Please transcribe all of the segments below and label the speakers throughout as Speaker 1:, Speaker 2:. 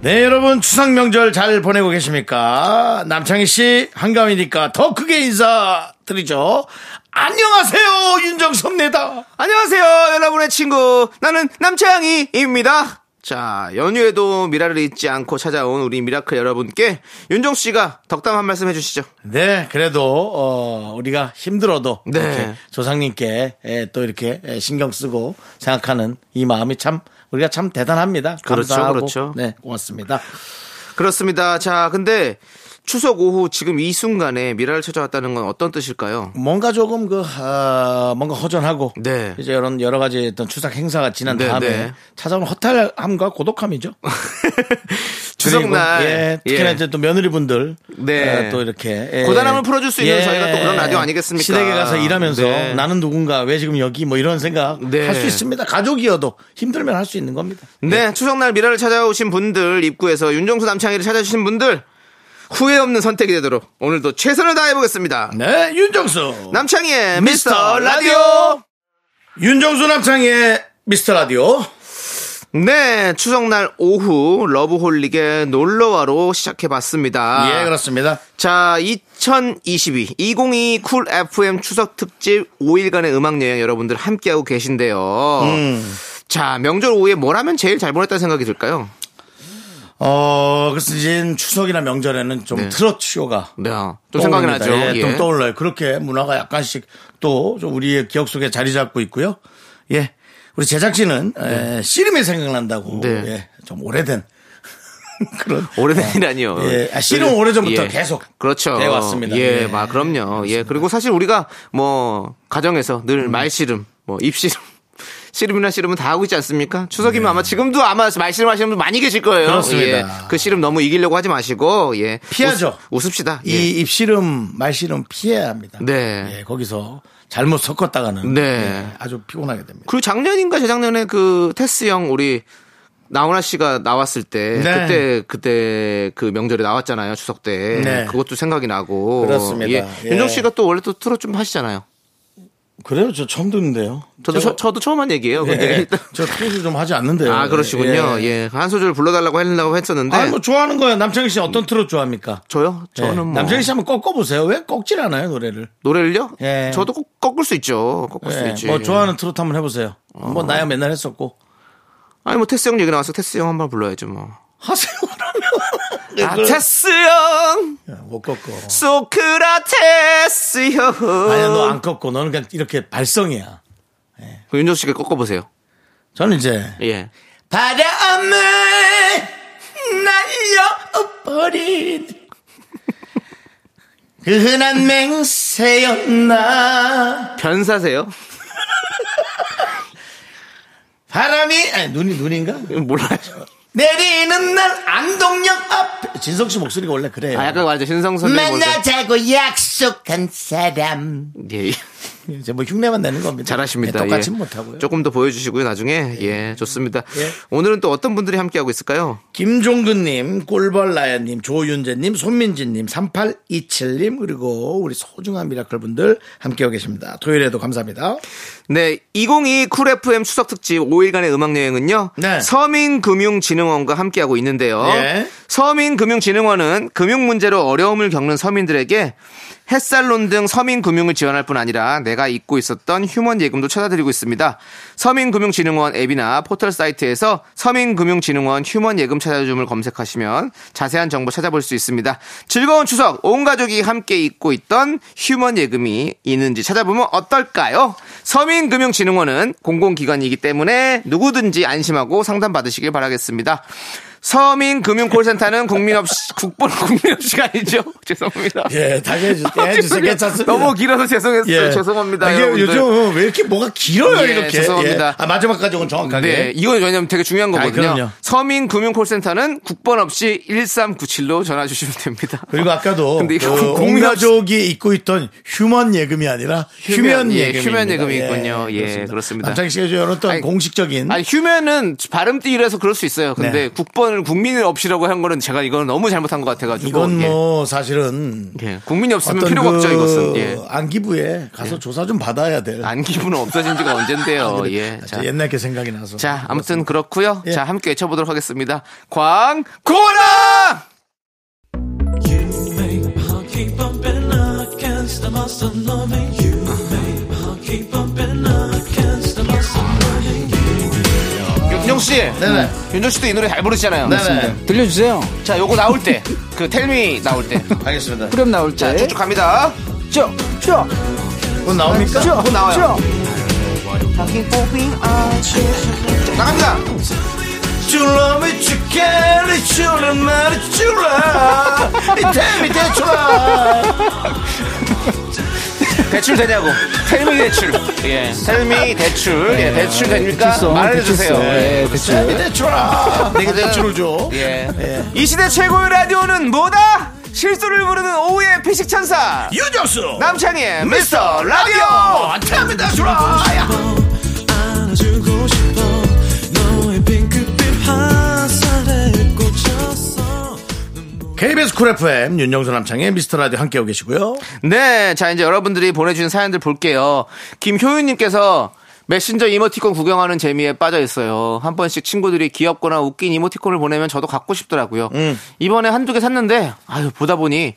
Speaker 1: 네, 여러분 추석 명절 잘 보내고 계십니까? 남창희 씨 한가위니까 더 크게 인사드리죠. 안녕하세요, 윤정섭입니다.
Speaker 2: 안녕하세요, 여러분의 친구. 나는 남창희입니다. 자, 연휴에도 미라를 잊지 않고 찾아온 우리 미라클 여러분께 윤정수 씨가 덕담 한 말씀 해주시죠.
Speaker 1: 네, 그래도 어, 우리가 힘들어도
Speaker 2: 네.
Speaker 1: 이렇게 조상님께 예, 또 이렇게 예, 신경 쓰고 생각하는 이 마음이 참 우리가 참 대단합니다.
Speaker 2: 그렇죠,
Speaker 1: 감사하고
Speaker 2: 그렇죠.
Speaker 1: 네, 고맙습니다.
Speaker 2: 그렇습니다. 자, 근데 추석 오후 지금 이 순간에 미라를 찾아왔다는 건 어떤 뜻일까요?
Speaker 1: 뭔가 조금 그 아, 뭔가 허전하고
Speaker 2: 네.
Speaker 1: 이제 이런 여러 가지 어떤 추석 행사가 지난
Speaker 2: 네,
Speaker 1: 다음에
Speaker 2: 네.
Speaker 1: 찾아온 허탈함과 고독함이죠. 그리고,
Speaker 2: 추석날.
Speaker 1: 예, 특히나
Speaker 2: 예.
Speaker 1: 이제 또 며느리분들
Speaker 2: 네.
Speaker 1: 예, 또 이렇게 예.
Speaker 2: 고단함을 풀어줄 수 있는 저희가 또 그런 라디오 아니겠습니까?
Speaker 1: 시댁에 가서 일하면서
Speaker 2: 네.
Speaker 1: 나는 누군가 왜 지금 여기 뭐 이런 생각
Speaker 2: 네.
Speaker 1: 할 수 있습니다. 가족이어도 힘들면 할 수 있는 겁니다.
Speaker 2: 네, 추석날 미라를 찾아오신 분들 입구에서 윤정수 남창희를 찾아주신 분들 후회 없는 선택이 되도록 오늘도 최선을 다해보겠습니다.
Speaker 1: 네, 윤정수
Speaker 2: 남창희의 미스터 라디오.
Speaker 1: 윤정수 남창의 미스터 라디오
Speaker 2: 네, 추석날 오후 러브홀릭의 놀러와로 시작해봤습니다.
Speaker 1: 예 그렇습니다.
Speaker 2: 자, 2022, 2022 쿨 FM 추석 특집 5일간의 음악 여행 여러분들 함께하고 계신데요.
Speaker 1: 음.
Speaker 2: 자, 명절 오후에 뭘 하면 제일 잘 보냈다는 생각이 들까요?
Speaker 1: 어 그래서 이제 추석이나 명절에는 좀
Speaker 2: 네.
Speaker 1: 트롯 쇼가
Speaker 2: 네, 좀 생각이
Speaker 1: 떠오릅니다.
Speaker 2: 나죠.
Speaker 1: 예, 좀
Speaker 2: 예.
Speaker 1: 떠올라요. 그렇게 문화가 약간씩 또좀 우리의 기억 속에 자리 잡고 있고요. 예. 우리 제작진은 에, 씨름이 생각난다고
Speaker 2: 네.
Speaker 1: 예, 좀 오래된 그런
Speaker 2: 오래된이라니요.
Speaker 1: 예, 아, 씨름 오래전부터 계속
Speaker 2: 그렇죠.
Speaker 1: 돼 왔습니다.
Speaker 2: 예,
Speaker 1: 예.
Speaker 2: 막 그럼요. 예, 그리고 사실 우리가 뭐 가정에서 늘
Speaker 1: 음.
Speaker 2: 말씨름, 뭐 입씨름. 씨름이나 씨름은 다 하고 있지 않습니까? 추석이면 아마 지금도 아마 말씨름 하시는 분 많이 계실
Speaker 1: 네.
Speaker 2: 거예요.
Speaker 1: 그렇습니다.
Speaker 2: 예, 그 씨름 너무 이기려고 하지 마시고 예.
Speaker 1: 피하죠.
Speaker 2: 웃, 읍시다 예.
Speaker 1: 이 입씨름 말씨름 피해야 합니다.
Speaker 2: 네.
Speaker 1: 예, 거기서 잘못 섞었다가는
Speaker 2: 네.
Speaker 1: 예, 아주 피곤하게 됩니다.
Speaker 2: 그리고 작년인가 재작년에 그 테스 형 우리 나훈아 씨가 나왔을 때
Speaker 1: 네.
Speaker 2: 그때 그때 그 명절에 나왔잖아요 추석 때
Speaker 1: 네.
Speaker 2: 그것도 생각이 나고
Speaker 1: 그렇습니다.
Speaker 2: 예.
Speaker 1: 예.
Speaker 2: 윤정 씨가 또 원래 또 트롯 좀 하시잖아요.
Speaker 1: 그래요? 저 처음 듣는데요.
Speaker 2: 저도
Speaker 1: 제가-
Speaker 2: 저, 도 처음 한 얘기예요.
Speaker 1: 예,
Speaker 2: 근데 일단
Speaker 1: 저 토수 좀 하지 않는데요.
Speaker 2: 아 그러시군요. 예. 한 소절 불러달라고 하려고 했었는데
Speaker 1: 아, 뭐 좋아하는 거예요. 남창희 씨 어떤 트롯 좋아합니까?
Speaker 2: 저요 저는
Speaker 1: 예.
Speaker 2: 뭐
Speaker 1: 남창희 씨 한번 꺾어 보세요. 왜 꺾질 않아요 노래를?
Speaker 2: 노래를요.
Speaker 1: 예.
Speaker 2: 저도 꼭 꺾을 수 있죠. 꺾을 수
Speaker 1: 예,
Speaker 2: 있지.
Speaker 1: 뭐 좋아하는 트로트 한번 해보세요. 뭐 나야 맨날 했었고
Speaker 2: 아니 뭐 테스 형 얘기 나와서 테스 형 한번 불러야죠 뭐.
Speaker 1: 하세요
Speaker 2: 아
Speaker 1: 그러면
Speaker 2: 테스 형
Speaker 1: 야, 못 꺾고.
Speaker 2: 소크라테스 형.
Speaker 1: 아니야 너 안 꺾고 너는 그냥 이렇게 발성이야.
Speaker 2: 그 윤정 씨가 꺾어보세요.
Speaker 1: 저는 이제
Speaker 2: 예.
Speaker 1: 바람을 날려버린 그 흔한 맹세였나
Speaker 2: 변사세요?
Speaker 1: 바람이 아니, 눈이 눈인가
Speaker 2: 몰라요.
Speaker 1: 내리는 날 안동역 앞 진석 씨 목소리가 원래 그래요.
Speaker 2: 아, 약간 완전 신성 선배님. 먼저.
Speaker 1: 만나자고 약속한 사람.
Speaker 2: 예.
Speaker 1: 이제 뭐 흉내만 내는 겁니다.
Speaker 2: 잘하십니다.
Speaker 1: 네, 똑같이
Speaker 2: 예.
Speaker 1: 못하고요. 네.
Speaker 2: 조금 더 보여주시고요, 나중에. 예, 좋습니다.
Speaker 1: 예.
Speaker 2: 오늘은 또 어떤 분들이 함께하고 있을까요?
Speaker 1: 김종근님, 꿀벌라야님, 조윤재님, 손민지님, 3827님, 그리고 우리 소중한 미라클 분들 함께하고 계십니다. 토요일에도 감사합니다.
Speaker 2: 네, 2022 쿨 FM 추석 특집 5일간의 음악 여행은요.
Speaker 1: 네.
Speaker 2: 서민금융진흥원과 함께하고 있는데요.
Speaker 1: 예.
Speaker 2: 서민금융진흥원은 금융 문제로 어려움을 겪는 서민들에게 햇살론 등 서민금융을 지원할 뿐 아니라 내가 잊고 있었던 휴먼 예금도 찾아드리고 있습니다. 서민금융진흥원 앱이나 포털 사이트에서 서민금융진흥원 휴먼 예금 찾아줌을 검색하시면 자세한 정보 찾아볼 수 있습니다. 즐거운 추석 온 가족이 함께 잊고 있던 휴먼 예금이 있는지 찾아보면 어떨까요? 서민금융진흥원은 공공기관이기 때문에 누구든지 안심하고 상담받으시길 바라겠습니다. 서민금융콜센터는 국민 없이 국번 국민 없이가 아니죠. 죄송합니다.
Speaker 1: 예, 당연히 해주- 해주세요. 괜찮습니다.
Speaker 2: 너무 길어서 아, 죄송했어요.
Speaker 1: 예.
Speaker 2: 죄송합니다.
Speaker 1: 이게
Speaker 2: 여러분들.
Speaker 1: 요즘 왜 이렇게 뭐가 길어요,
Speaker 2: 예,
Speaker 1: 이렇게.
Speaker 2: 죄송합니다.
Speaker 1: 예. 아, 마지막까지 온 정확하게.
Speaker 2: 네, 이건 왜냐면 되게 중요한
Speaker 1: 예. 그럼요.
Speaker 2: 거거든요. 서민금융콜센터는 국번 없이 1397로 전화 주시면 됩니다.
Speaker 1: 그리고 아까도
Speaker 2: 근데 이거
Speaker 1: 그
Speaker 2: 국민 없이-
Speaker 1: 공가족이 입고 있던 휴먼 예금이 아니라 휴면
Speaker 2: 휴면, 예,
Speaker 1: 예금.
Speaker 2: 휴면 예금이 있군요. 예, 그렇습니다.
Speaker 1: 남창희 씨가 주는 어떤
Speaker 2: 아니,
Speaker 1: 공식적인
Speaker 2: 아니 휴면은 발음 띠라서 그럴 수 있어요.
Speaker 1: 네.
Speaker 2: 근데 국번을 국민을 없이라고 한 거는 제가 이건 너무 잘못한 것 같아가지고
Speaker 1: 이건
Speaker 2: 예.
Speaker 1: 뭐 사실은
Speaker 2: 예. 국민이 없으면
Speaker 1: 어떤
Speaker 2: 필요가 없죠
Speaker 1: 그
Speaker 2: 이것은 예.
Speaker 1: 안기부에 가서 조사 좀 받아야 될.
Speaker 2: 안기부는 없어진 지가
Speaker 1: 아,
Speaker 2: 언젠데요. 예. 자,
Speaker 1: 자, 옛날 게 생각이 나서.
Speaker 2: 자, 아무튼 그렇고요.
Speaker 1: 예.
Speaker 2: 자, 함께 외쳐보도록 하겠습니다. 광고라! 윤정 씨,
Speaker 1: 네네.
Speaker 2: 윤정 씨도 이 노래 잘 부르시잖아요.
Speaker 1: 네네.
Speaker 3: 들려주세요.
Speaker 2: 자, 요거 나올 때, 그 텔미 나올 때,
Speaker 1: 알겠습니다.
Speaker 3: 그럼 나올 때.
Speaker 4: 예?
Speaker 2: 쭉쭉 갑니다.
Speaker 3: 쭉, 쭉,
Speaker 1: 그건 나옵니까?
Speaker 3: 쭉,
Speaker 2: 또 나와요.
Speaker 3: 쭉.
Speaker 2: 나갑니다.
Speaker 1: You love me, you care, you love me, you love. 이 템이 대출아.
Speaker 2: 네, 대출 되냐고. 텔미 대출. 예. 텔미 대출. 예. 대출 됩니까?
Speaker 3: 대출성,
Speaker 2: 말해주세요.
Speaker 3: 대출성.
Speaker 2: 예.
Speaker 3: 예,
Speaker 1: 이
Speaker 3: 대출.
Speaker 1: 대출아. 내게 대출을 줘.
Speaker 2: 예.
Speaker 1: 예.
Speaker 2: 이 시대 최고의 라디오는 뭐다? 실수를 부르는 오후의 피식천사.
Speaker 1: 유정수. 아,
Speaker 2: 남창희의 미스터 라디오!
Speaker 1: 템이 대출아. 야.
Speaker 2: 음.
Speaker 1: KBS 쿨 FM 윤정수 남창의 미스터 라디오 함께하고 계시고요.
Speaker 2: 네, 자 이제 여러분들이 보내주신 사연들 볼게요. 김효윤님께서 메신저 이모티콘 구경하는 재미에 빠져 있어요. 한 번씩 친구들이 귀엽거나 웃긴 이모티콘을 보내면 저도 갖고 싶더라고요. 이번에 한두 개 샀는데 아유 보다 보니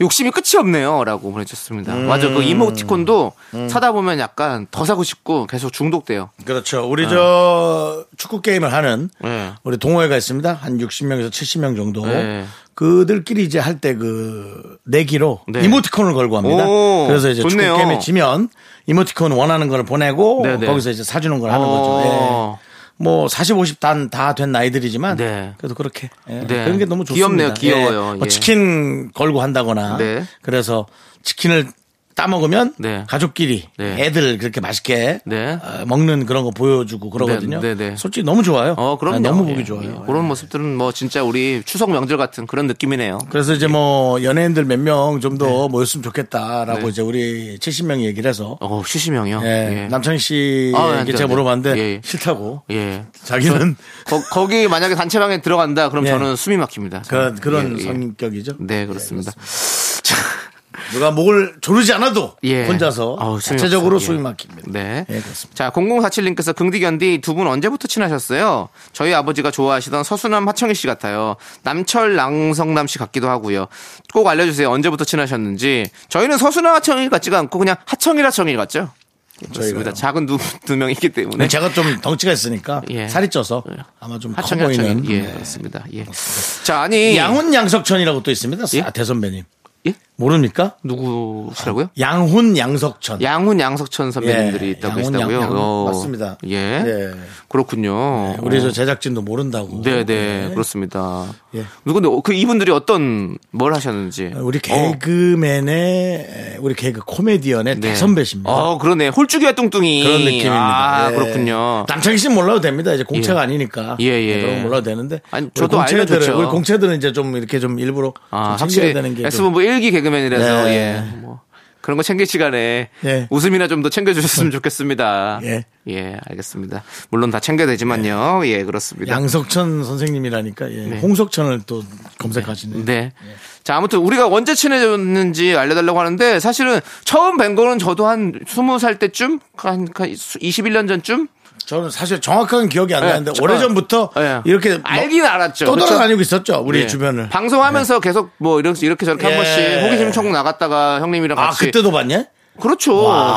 Speaker 2: 욕심이 끝이 없네요라고 보내주셨습니다. 맞아, 그 이모티콘도 사다 보면 약간 더 사고 싶고 계속 중독돼요.
Speaker 1: 그렇죠.
Speaker 2: 아.
Speaker 1: 우리 저 축구 게임을 하는
Speaker 2: 네.
Speaker 1: 우리 동호회가 있습니다. 한 60명에서 70명 정도.
Speaker 2: 네.
Speaker 1: 그들끼리 이제 할 때 그 내기로
Speaker 2: 네.
Speaker 1: 이모티콘을 걸고 합니다.
Speaker 2: 오,
Speaker 1: 그래서 이제
Speaker 2: 좋네요.
Speaker 1: 축구 게임에 지면 이모티콘 원하는 걸 보내고
Speaker 2: 네네.
Speaker 1: 거기서 이제 사주는 걸 하는
Speaker 2: 어.
Speaker 1: 거죠. 예. 뭐 40, 50단 다 된 나이들이지만
Speaker 2: 네.
Speaker 1: 그래도 그렇게 예.
Speaker 2: 네.
Speaker 1: 그런 게 너무 좋습니다.
Speaker 2: 귀엽네요. 귀여워요.
Speaker 1: 예.
Speaker 2: 예.
Speaker 1: 뭐 치킨 걸고 한다거나
Speaker 2: 네.
Speaker 1: 그래서 치킨을 따 먹으면
Speaker 2: 네.
Speaker 1: 가족끼리
Speaker 2: 네.
Speaker 1: 애들 그렇게 맛있게
Speaker 2: 네.
Speaker 1: 어, 먹는 그런 거 보여주고 그러거든요.
Speaker 2: 네, 네, 네.
Speaker 1: 솔직히 너무 좋아요.
Speaker 2: 어, 그럼요.
Speaker 1: 아, 너무 보기
Speaker 2: 예,
Speaker 1: 좋아요.
Speaker 2: 예. 그런 모습들은 뭐 진짜 우리 추석 명절 같은 그런 느낌이네요.
Speaker 1: 그래서 이제 뭐 연예인들 몇 명 좀 더
Speaker 2: 네.
Speaker 1: 모였으면 좋겠다라고 이제 우리 70명이 얘기를 해서
Speaker 2: 어, 휴시명이요.
Speaker 1: 예,
Speaker 2: 예.
Speaker 1: 남창희 씨에게
Speaker 2: 아, 네, 네,
Speaker 1: 제가
Speaker 2: 네.
Speaker 1: 물어봤는데
Speaker 2: 예.
Speaker 1: 싫다고
Speaker 2: 예.
Speaker 1: 자기는
Speaker 2: 거, 기 만약에 단체방에 들어간다 그럼
Speaker 1: 예.
Speaker 2: 저는 숨이 막힙니다.
Speaker 1: 그, 그런 예,
Speaker 2: 예, 예.
Speaker 1: 성격이죠.
Speaker 2: 네 그렇습니다.
Speaker 1: 누가 목을 조르지 않아도
Speaker 2: 예.
Speaker 1: 혼자서
Speaker 2: 아우, 숨이
Speaker 1: 자체적으로
Speaker 2: 없어요.
Speaker 1: 숨이
Speaker 2: 예.
Speaker 1: 막힙니다.
Speaker 2: 네.
Speaker 1: 예, 그렇습니다.
Speaker 2: 자 0047님께서 긍디견디 두 분 언제부터 친하셨어요? 저희 아버지가 좋아하시던 서수남 하청희 씨 같아요. 남철 낭성남 씨 같기도 하고요. 꼭 알려주세요 언제부터 친하셨는지. 저희는 서수남 하청일 같지가 않고 그냥 하청일 하청일 같죠. 그렇습니다. 작은 두, 두 명이기 때문에.
Speaker 1: 근데 제가 좀 덩치가 있으니까
Speaker 2: 예.
Speaker 1: 살이 쪄서
Speaker 2: 예.
Speaker 1: 어, 아마 좀 커
Speaker 2: 하청일 하청일.
Speaker 1: 보이는
Speaker 2: 예
Speaker 1: 네.
Speaker 2: 그렇습니다. 예. 자 아니
Speaker 1: 양훈 양석천이라고 또 있습니다.
Speaker 2: 예?
Speaker 1: 아, 대선배님
Speaker 2: 예?
Speaker 1: 모릅니까?
Speaker 2: 누구시라고요?
Speaker 1: 양훈 양석천.
Speaker 2: 양훈 양석천 선배님들이
Speaker 1: 아, 예,
Speaker 2: 있다고
Speaker 1: 양훈,
Speaker 2: 하시다고요.
Speaker 1: 양훈.
Speaker 2: 어.
Speaker 1: 맞습니다.
Speaker 2: 예.
Speaker 1: 예.
Speaker 2: 그렇군요.
Speaker 1: 네,
Speaker 2: 어.
Speaker 1: 우리 저 제작진도 모른다고.
Speaker 2: 네, 네, 그렇습니다.
Speaker 1: 예.
Speaker 2: 누군데 그 이분들이 어떤 뭘 하셨는지.
Speaker 1: 우리
Speaker 2: 어.
Speaker 1: 개그맨의 우리 개그 코미디언의
Speaker 2: 네.
Speaker 1: 대선배십니다.
Speaker 2: 어, 그러네. 홀쭉이와 뚱뚱이.
Speaker 1: 그런 느낌입니다.
Speaker 2: 아,
Speaker 1: 예.
Speaker 2: 그렇군요.
Speaker 1: 남창희 씨는 몰라도 됩니다. 이제 공채가 아니니까. 네,
Speaker 2: 예, 예.
Speaker 1: 그런 거 몰라도 되는데.
Speaker 2: 아니,
Speaker 1: 우리
Speaker 2: 저도
Speaker 1: 공채들은,
Speaker 2: 알려줬죠.
Speaker 1: 우리 공채들은 이제 좀 이렇게 좀 일부러
Speaker 2: 아,
Speaker 1: 좀 챙겨야
Speaker 2: 확실히
Speaker 1: 되는 게. 좀
Speaker 2: S본부 1기 개그맨이라서
Speaker 1: 네.
Speaker 2: 예. 뭐 그런 거 챙길 시간에
Speaker 1: 예. 어.
Speaker 2: 웃음이나 좀 더 챙겨주셨으면 좋겠습니다.
Speaker 1: 예.
Speaker 2: 예, 알겠습니다. 물론 다 챙겨야 되지만요. 예, 그렇습니다.
Speaker 1: 양석천 선생님이라니까. 예.
Speaker 2: 네.
Speaker 1: 홍석천을 또 검색하시네.
Speaker 2: 네. 자, 아무튼 우리가 언제 친해졌는지 알려달라고 하는데 사실은 처음 뵌 거는 저도 한 스무 살 때쯤? 한, 한 21년 전쯤?
Speaker 1: 저는 사실 정확한 기억이 안
Speaker 2: 예,
Speaker 1: 나는데
Speaker 2: 저-
Speaker 1: 오래전부터
Speaker 2: 예.
Speaker 1: 어, 이렇게
Speaker 2: 알긴 알았죠.
Speaker 1: 또
Speaker 2: 그렇죠?
Speaker 1: 돌아다니고 있었죠. 우리
Speaker 2: 예.
Speaker 1: 주변을. 네.
Speaker 2: 방송하면서 계속 뭐 이렇게, 이렇게 저렇게
Speaker 1: 예.
Speaker 2: 한 번씩 호기심 총 나갔다가 형님이랑
Speaker 1: 아,
Speaker 2: 같이.
Speaker 1: 그때도 봤냐?
Speaker 2: 그렇죠.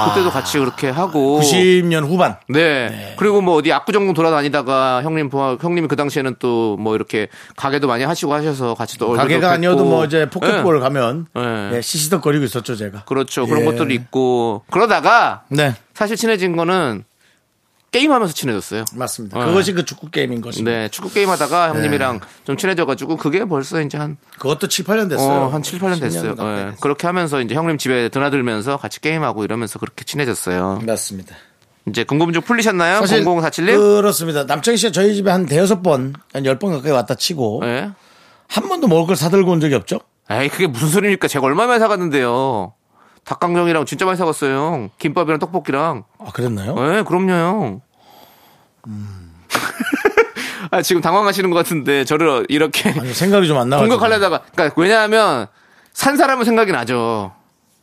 Speaker 2: 그때도 같이 그렇게 하고.
Speaker 1: 90년 후반.
Speaker 2: 네. 그리고 뭐 어디 압구정동 돌아다니다가 형님 보아 형님이 그 당시에는 또 뭐 이렇게 가게도 많이 하시고 하셔서 같이 또
Speaker 1: 가게가
Speaker 2: 얼굴도
Speaker 1: 아니어도
Speaker 2: 뵙고.
Speaker 1: 뭐 이제 포켓볼
Speaker 2: 예.
Speaker 1: 가면
Speaker 2: 예.
Speaker 1: 예, 시시덕거리고 있었죠 제가.
Speaker 2: 그렇죠.
Speaker 1: 예.
Speaker 2: 그런 것들이 있고. 그러다가
Speaker 1: 네.
Speaker 2: 사실 친해진 거는 게임하면서 친해졌어요.
Speaker 1: 맞습니다.
Speaker 2: 어.
Speaker 1: 그것이 그 축구 게임인 것입니다.
Speaker 2: 네, 축구 게임 하다가
Speaker 1: 네.
Speaker 2: 형님이랑 좀 친해져가지고 그게 벌써 이제 한,
Speaker 1: 그것도 7, 8년 됐어요.
Speaker 2: 어, 한 7, 8년
Speaker 1: 10년
Speaker 2: 됐어요.
Speaker 1: 가까이
Speaker 2: 예,
Speaker 1: 됐어요.
Speaker 2: 그렇게 하면서 이제 형님 집에 드나들면서 같이 게임하고 이러면서 그렇게 친해졌어요.
Speaker 1: 맞습니다.
Speaker 2: 이제 궁금증 풀리셨나요? 0047님?
Speaker 1: 그렇습니다. 남창희 씨가 저희 집에 한 대여섯 번, 한 열 번 가까이 왔다 치고
Speaker 2: 예.
Speaker 1: 한 번도 먹을 걸 사들고 온 적이 없죠?
Speaker 2: 에이, 그게 무슨 소리입니까? 제가 얼마 만에 사갔는데요. 닭강정이랑 진짜 많이 사갔어요. 김밥이랑 떡볶이랑.
Speaker 1: 아, 그랬나요?
Speaker 2: 예, 그럼요. 음. 아, 지금 당황하시는 것 같은데 저를 이렇게
Speaker 1: 아니, 생각이 좀 안 나가지고.
Speaker 2: 공격하려다가 그러니까 왜냐하면 산 사람은 생각이 나죠.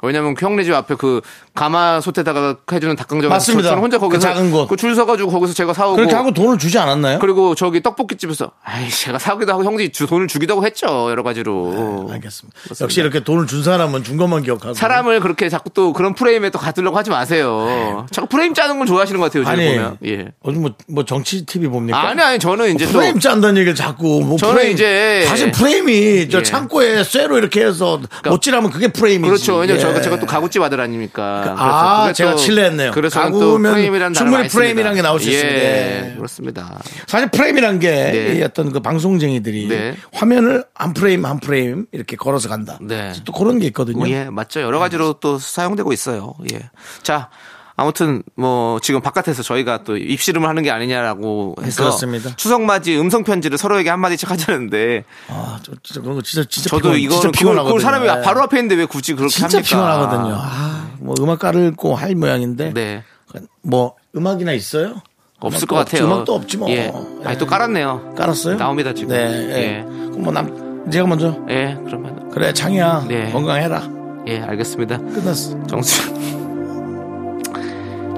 Speaker 2: 왜냐면 형네 집 앞에 그 가마솥에다가 해주는 닭강정
Speaker 1: 맞습니다.
Speaker 2: 저는 혼자
Speaker 1: 그
Speaker 2: 거기서
Speaker 1: 작은 곳.
Speaker 2: 그줄 서가지고 거기서 제가 사오고
Speaker 1: 그렇게 하고 돈을 주지 않았나요?
Speaker 2: 그리고 저기 떡볶이 집에서 아이 제가 사기도 하고 형이 주- 돈을 주기도 하고 했죠 여러 가지로.
Speaker 1: 알겠습니다. 역시 이렇게 돈을 준 사람은 준 것만 기억하고.
Speaker 2: 사람을 그렇게 자꾸 또 그런 프레임에 또 가두려고 하지 마세요. 자꾸 프레임 짜는 건 좋아하시는 것 같아요.
Speaker 1: 네. 아니,
Speaker 2: 지금 보면. 예.
Speaker 1: 어디 뭐, 뭐 정치 TV 봅니까?
Speaker 2: 아니 아니 저는 이제 또
Speaker 1: 프레임 짠다는 얘기를 자꾸. 뭐
Speaker 2: 저는
Speaker 1: 프레임.
Speaker 2: 이제-
Speaker 1: 사실 프레임이 저
Speaker 2: 예. 그러니까
Speaker 1: 창고에 쇠로 이렇게 해서 못질하면 그게 프레임이지.
Speaker 2: 그렇죠. 왜냐면 제가,
Speaker 1: 예.
Speaker 2: 제가 또 가구집 아들 아닙니까. 그렇죠.
Speaker 1: 아,
Speaker 2: 그래서 그게
Speaker 1: 제가
Speaker 2: 또-
Speaker 1: 칠레했네요.
Speaker 2: 그래서 저는
Speaker 1: 가구면
Speaker 2: 또 프레임이라는 단어를
Speaker 1: 충분히
Speaker 2: 많이 씁니다.
Speaker 1: 프레임이라는 게 나올 수
Speaker 2: 예,
Speaker 1: 있습니다. 예.
Speaker 2: 그렇습니다.
Speaker 1: 사실 프레임이란 게
Speaker 2: 네.
Speaker 1: 이 어떤 그 방송쟁이들이
Speaker 2: 네.
Speaker 1: 화면을 한 프레임 한 프레임 이렇게 걸어서 간다.
Speaker 2: 네.
Speaker 1: 또 그런 게 있거든요.
Speaker 2: 예, 맞죠. 여러 가지로 또 사용되고 있어요. 예. 자, 아무튼 뭐 지금 바깥에서 저희가 또 입씨름을 하는 게 아니냐라고 해서
Speaker 1: 그렇습니다.
Speaker 2: 추석 맞이 음성 편지를 서로에게 한 마디씩 하자는데
Speaker 1: 아, 저, 진짜 그런 거 진짜 진짜
Speaker 2: 저도
Speaker 1: 피곤,
Speaker 2: 이거
Speaker 1: 진짜 피곤하거든요.
Speaker 2: 그걸 사람이
Speaker 1: 예.
Speaker 2: 바로 앞에 있는데 왜 굳이 그렇게
Speaker 1: 진짜
Speaker 2: 합니까?
Speaker 1: 피곤하거든요. 아, 뭐 음악 깔고 할 모양인데
Speaker 2: 네.
Speaker 1: 뭐 음악이나 있어요?
Speaker 2: 없을
Speaker 1: 음악도
Speaker 2: 것
Speaker 1: 없지,
Speaker 2: 같아요.
Speaker 1: 음악도 없지 뭐.
Speaker 2: 예. 아니 또 깔았네요.
Speaker 1: 깔았어요?
Speaker 2: 나옵니다, 지금.
Speaker 1: 네.
Speaker 2: 예.
Speaker 1: 예. 그럼 뭐남 제가 먼저
Speaker 2: 예, 그러면
Speaker 1: 그래 창이야
Speaker 2: 네.
Speaker 1: 건강해라
Speaker 2: 예, 알겠습니다.
Speaker 1: 끝났어.
Speaker 2: 정수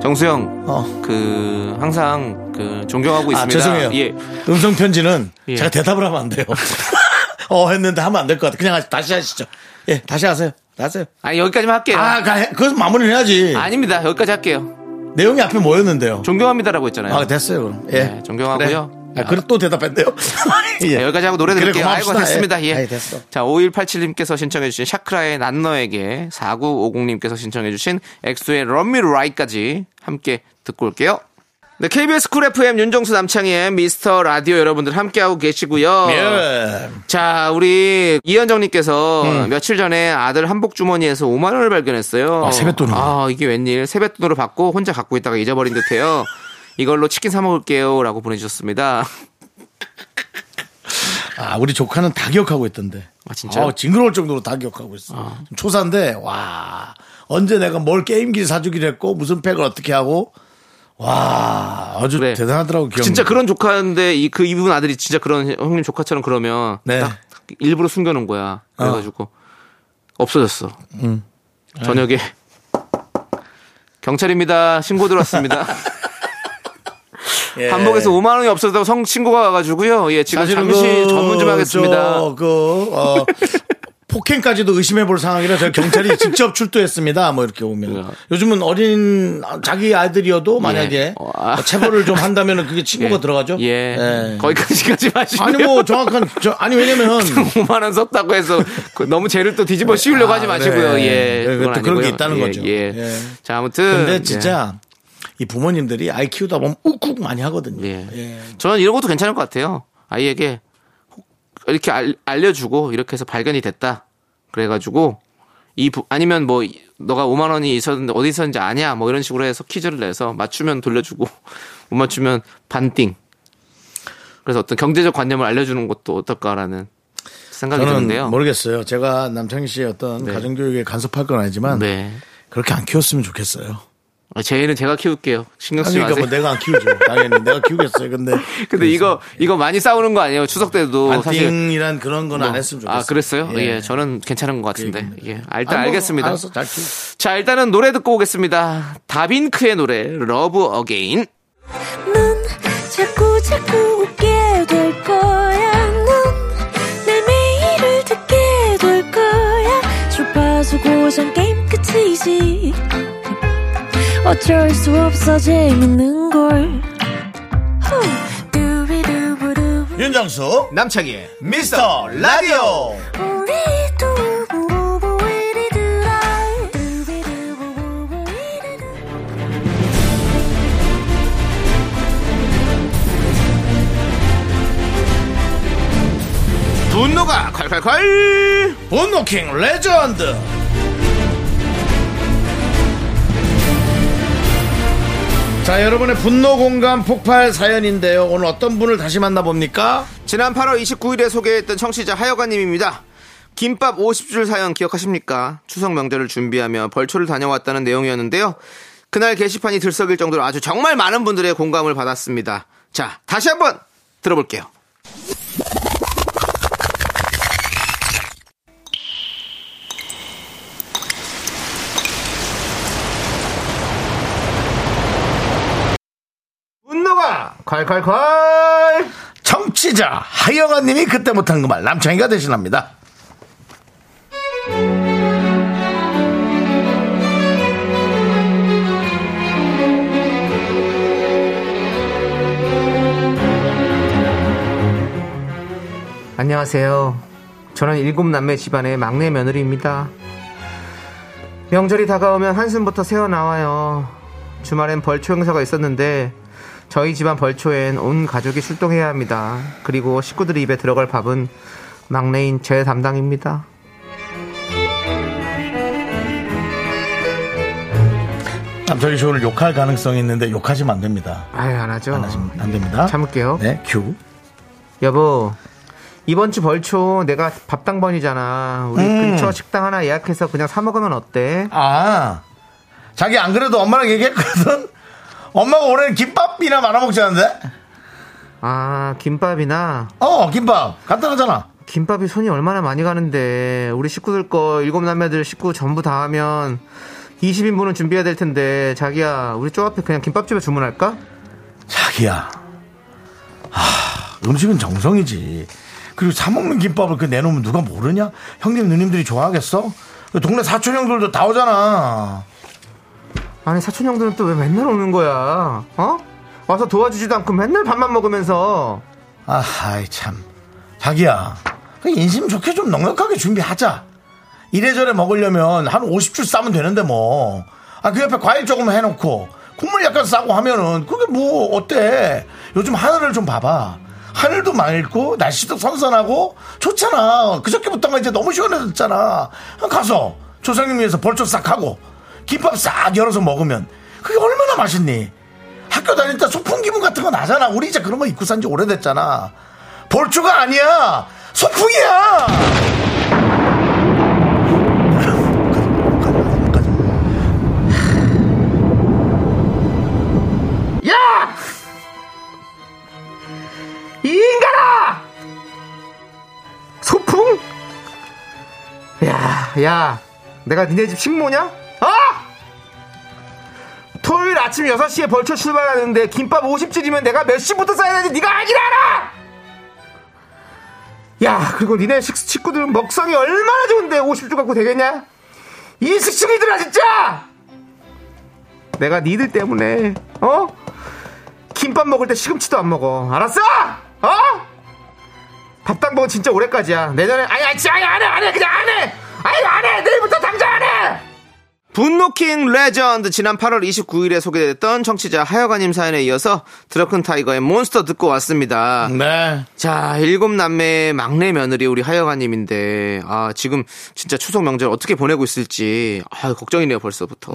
Speaker 2: 정수영
Speaker 1: 어.
Speaker 2: 그 항상 그 존경하고 있습니다.
Speaker 1: 아 죄송해요.
Speaker 2: 예.
Speaker 1: 음성 편지는
Speaker 2: 예.
Speaker 1: 제가 대답을 하면 안 돼요. 어 했는데 하면 안 될 것 같아. 그냥 하- 다시 하시죠. 예 다시 하세요. 하세요.
Speaker 2: 아니 여기까지만 할게요.
Speaker 1: 아, 예. 가- 그거 마무리를 해야지.
Speaker 2: 예. 아, 닙니다 여기까지 할게요.
Speaker 1: 내용이 앞에 뭐였는데요?
Speaker 2: 존경합니다라고 했잖아요.
Speaker 1: 아, 됐어요, 그럼. 예.
Speaker 2: 네, 존경하고요.
Speaker 1: 그래. 아, 그래 또 대답했네요. 예.
Speaker 2: 네, 여기까지 하고 노래
Speaker 1: 그래,
Speaker 2: 들을게요. 아이고
Speaker 1: 고맙습니다.
Speaker 2: 됐습니다. 예.
Speaker 1: 아이, 됐어.
Speaker 2: 자, 5187님께서 신청해 주신 샤크라의 난 너에게 4950님께서 신청해 주신 엑소의 런미 라이까지 함께 듣고 올게요. 네, KBS 쿨 FM 윤정수 남창희의 미스터 라디오 여러분들 함께하고 계시고요.
Speaker 1: 예.
Speaker 2: 자, 우리 이현정님께서 며칠 전에 아들 한복 주머니에서 5만 원을 발견했어요.
Speaker 1: 음. 아, 세뱃돈으로.
Speaker 2: 아, 이게 웬일? 세뱃돈으로 받고 혼자 갖고 있다가 잊어버린 듯해요. 이걸로 치킨 사 먹을게요라고 보내주셨습니다.
Speaker 1: 아, 우리 조카는 다 기억하고 있던데.
Speaker 2: 아, 진짜요? 아.
Speaker 1: 어, 징그러울 정도로 다 기억하고 있어. 초사인데, 와. 언제 내가 뭘 게임기를 사주기로 했고, 무슨 팩을 어떻게 하고, 와. 아주
Speaker 2: 그래.
Speaker 1: 대단하더라고, 기억
Speaker 2: 진짜 그런 조카인데 이 그 이분 아들이 진짜 그런 형님 조카처럼 그러면
Speaker 1: 네. 어.
Speaker 2: 딱 일부러 숨겨놓은 거야. 그래가지고 없어졌어.
Speaker 1: 음.
Speaker 2: 저녁에 경찰입니다. 신고 들어왔습니다.
Speaker 1: 예.
Speaker 2: 반복해서 5만 원이 없어졌다고 성 신고가 와가지고요. 예, 지금
Speaker 1: 사실은
Speaker 2: 잠시
Speaker 1: 그,
Speaker 2: 전문 좀 하겠습니다.
Speaker 1: 저, 그, 어, 폭행까지도 의심해 볼 상황이라 저희 경찰이 직접 출두했습니다. 뭐 이렇게
Speaker 2: 네.
Speaker 1: 오면. 요즘은 어린 자기 아들이어도 만약에 뭐
Speaker 2: 어, 아.
Speaker 1: 체벌을 좀 한다면 그게 친구가
Speaker 2: 예.
Speaker 1: 들어가죠?
Speaker 2: 예.
Speaker 1: 예.
Speaker 2: 거기까지까지 마시고요.
Speaker 1: 아니 뭐 정확한 저, 아니 왜냐면
Speaker 2: 5만 원 썼다고 해서 그 너무 죄를 또 뒤집어 씌우려고 하지
Speaker 1: 아,
Speaker 2: 마시고요.
Speaker 1: 네.
Speaker 2: 예.
Speaker 1: 네,
Speaker 2: 그건
Speaker 1: 그것도 그런 게
Speaker 2: 아니고요.
Speaker 1: 있다는
Speaker 2: 예,
Speaker 1: 거죠.
Speaker 2: 예.
Speaker 1: 예.
Speaker 2: 자, 아무튼
Speaker 1: 근데 진짜 이 부모님들이 아이 키우다 보면 욱욱 많이 하거든요.
Speaker 2: 예.
Speaker 1: 예.
Speaker 2: 저는 이런 것도 괜찮을 것 같아요. 아이에게 혹- 이렇게 알, 알려주고 이렇게 해서 발견이 됐다. 그래가지고 이 부- 아니면 뭐 이- 너가 5만 원이 있었는데 어디 있었는지 아냐 뭐 이런 식으로 해서 퀴즈를 내서 맞추면 돌려주고 못 맞추면 반띵. 그래서 어떤 경제적 관념을 알려주는 것도 어떨까라는 생각이 드는데요.
Speaker 1: 저는 모르겠어요. 제가 남창희 씨의 어떤 가정교육에 간섭할 건 아니지만
Speaker 2: 네. 아,
Speaker 1: 그렇게 안 키웠으면 좋겠어요.
Speaker 2: 제이는 제가 키울게요. 신경 쓰지
Speaker 1: 그러니까
Speaker 2: 마세요.
Speaker 1: 뭐 내가 안 키우죠. 당연히 내가 키우겠어요. 근데
Speaker 2: 근데 이거 이거 많이 싸우는 거 아니에요? 추석 때도 사실
Speaker 1: 반띵이란 그런 건 안 했으면 좋겠어요.
Speaker 2: 아 그랬어요? 예,
Speaker 1: 예.
Speaker 2: 저는 괜찮은 것 같은데.
Speaker 1: 그
Speaker 2: 예, 아, 일단
Speaker 1: 아, 뭐,
Speaker 2: 알겠습니다.
Speaker 1: 알았어, 잘 키워.
Speaker 2: 자, 일단은 노래 듣고 오겠습니다. 다빈크의 노래 러브 어게인.
Speaker 3: 넌 자꾸 자꾸 웃게 될 거야. 넌내 매일을 듣게 될 거야. 주파수 고정 게임 끝이지. 어쩔 수 없어 재밌는 걸. 후. 두비두부두.
Speaker 1: 윤정수 남창희 미스터 라디오
Speaker 3: 우리 두부부부 우리 두라. 두비두부부부 우리 두라.
Speaker 2: 분노가 콸콸콸
Speaker 1: 본노킹 레전드 자 여러분의 분노 공감 폭발 사연인데요 오늘 어떤 분을 다시 만나봅니까
Speaker 2: 지난 8월 29일에 소개했던 청취자 하여가님입니다. 김밥 50줄 사연 기억하십니까? 추석 명절을 준비하며 벌초를 다녀왔다는 내용이었는데요. 그날 게시판이 들썩일 정도로 아주 정말 많은 분들의 공감을 받았습니다. 자, 다시 한번 들어볼게요. 분노가 콸콸콸!
Speaker 1: 정치자 하여가님이 그때 못한 그 말 남창희가 대신합니다
Speaker 2: 안녕하세요. 저는 일곱 남매 집안의 막내 며느리입니다. 명절이 다가오면 한숨부터 새어 나와요. 주말엔 벌초 행사가 있었는데 저희 집안 벌초엔 온 가족이 출동해야 합니다. 그리고 식구들이 입에 들어갈 밥은 막내인 제 담당입니다.
Speaker 1: 남창희 쇼를 욕할 가능성이 있는데 욕하시면 안 됩니다
Speaker 2: 아유 안 하죠.
Speaker 1: 안 하시면 안 됩니다
Speaker 2: 참을게요.
Speaker 1: 네큐
Speaker 2: 여보 이번 주 벌초 내가 밥당번이잖아. 우리
Speaker 1: 음.
Speaker 2: 근처 식당 하나 예약해서 그냥 사 먹으면 어때?
Speaker 1: 아, 자기 안 그래도 엄마랑 얘기했거든? 엄마가 올해는 김밥이나 말아먹자는데?
Speaker 2: 아 김밥이나
Speaker 1: 어, 김밥. 간단하잖아.
Speaker 2: 김밥이 손이 얼마나 많이 가는데 우리 식구들 거 일곱 남매들 식구 전부 다 하면 20인분은 준비해야 될 텐데 자기야 우리 저 앞에 그냥 김밥집에 주문할까?
Speaker 1: 자기야. 아, 음식은 정성이지. 그리고 사먹는 김밥을 그 내놓으면 누가 모르냐? 형님, 누님들이 좋아하겠어? 그 동네 사촌 형들도 다 오잖아.
Speaker 2: 아니 사촌 형들은 또 왜 맨날 오는 거야? 어? 와서 도와주지도 않고 맨날 밥만 먹으면서
Speaker 1: 아, 아이, 참. 자기야. 그 인심 좋게 좀 넉넉하게 준비하자. 이래저래 먹으려면 한 50줄 싸면 되는데 뭐. 아, 그 옆에 과일 조금 해놓고, 국물 약간 싸고 하면은, 그게 뭐, 어때? 요즘 하늘을 좀 봐봐. 하늘도 맑고, 날씨도 선선하고, 좋잖아. 그저께부터가 이제 너무 시원해졌잖아. 가서, 조상님 위해서 벌초 싹 하고, 김밥 싹 열어서 먹으면, 그게 얼마나 맛있니? 학교 다닐 때 소풍 기분 같은 거 나잖아. 우리 이제 그런 거 입고 산 지 오래됐잖아. 볼주가 아니야. 소풍이야.
Speaker 2: 야! 이 인간아! 소풍? 야, 야, 내가 니네 집 식모냐? 어? 토요일 아침 6시에 벌초 출발하는데 김밥 50줄이면 내가 몇 시부터 싸야 되지 네가 알긴 알아! 야, 그리고 니네 식, 식구들은 먹성이 얼마나 좋은데 50줄 갖고 되겠냐? 이 식충이들아, 진짜! 내가 니들 때문에 어 김밥 먹을 때 시금치도 안 먹어 알았어 어 밥당 먹은 진짜 올해까지야 내년에 아니 아니 진짜 아니 안해 안해 그냥 안해 아니 안해 내일부터 당장 안해 분노킹 레전드 지난 8월 29일에 소개됐던 청취자 하여가님 사연에 이어서 드러큰 타이거의 몬스터 듣고 왔습니다
Speaker 1: 네.
Speaker 2: 자, 일곱 남매의 막내 며느리 우리 하여가님인데, 아, 지금 진짜 추석 명절 어떻게 보내고 있을지, 아, 걱정이네요, 벌써부터.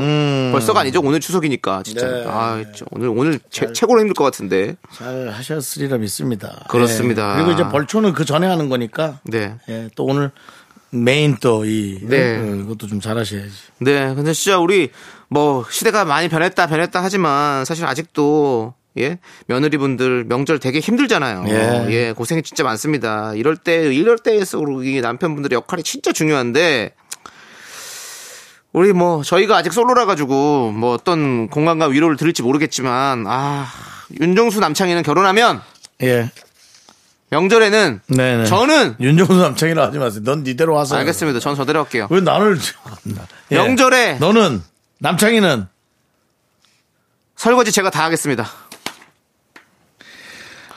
Speaker 2: 벌써가 아니죠? 오늘 추석이니까, 진짜.
Speaker 1: 네.
Speaker 2: 아, 진짜 오늘, 오늘 최, 최고로 힘들 것 같은데.
Speaker 1: 잘 하셨으리라 믿습니다.
Speaker 2: 그렇습니다.
Speaker 1: 예. 그리고 이제 벌초는 그 전에 하는 거니까.
Speaker 2: 네.
Speaker 1: 예, 또 오늘 메인 또 이.
Speaker 2: 네.
Speaker 1: 예, 그것도 좀 잘하셔야지.
Speaker 2: 네, 근데 진짜 우리 뭐 시대가 많이 변했다, 변했다 하지만 사실 아직도 예 며느리분들 명절 되게 힘들잖아요.
Speaker 1: 예.
Speaker 2: 예, 고생이 진짜 많습니다. 이럴 때 이럴 때일수록 이 남편분들의 역할이 진짜 중요한데 우리 뭐 저희가 아직 솔로라 가지고 뭐 어떤 공감과 위로를 드릴지 모르겠지만 아 윤정수 남창희는 결혼하면
Speaker 1: 예.
Speaker 2: 명절에는
Speaker 1: 네네.
Speaker 2: 저는
Speaker 1: 윤종수 남창이라 하지 마세요. 넌 니대로 와서.
Speaker 2: 알겠습니다. 전 저대로 할게요.
Speaker 1: 왜 나를. 예.
Speaker 2: 명절에
Speaker 1: 너는, 남창이는
Speaker 2: 설거지 제가 다 하겠습니다.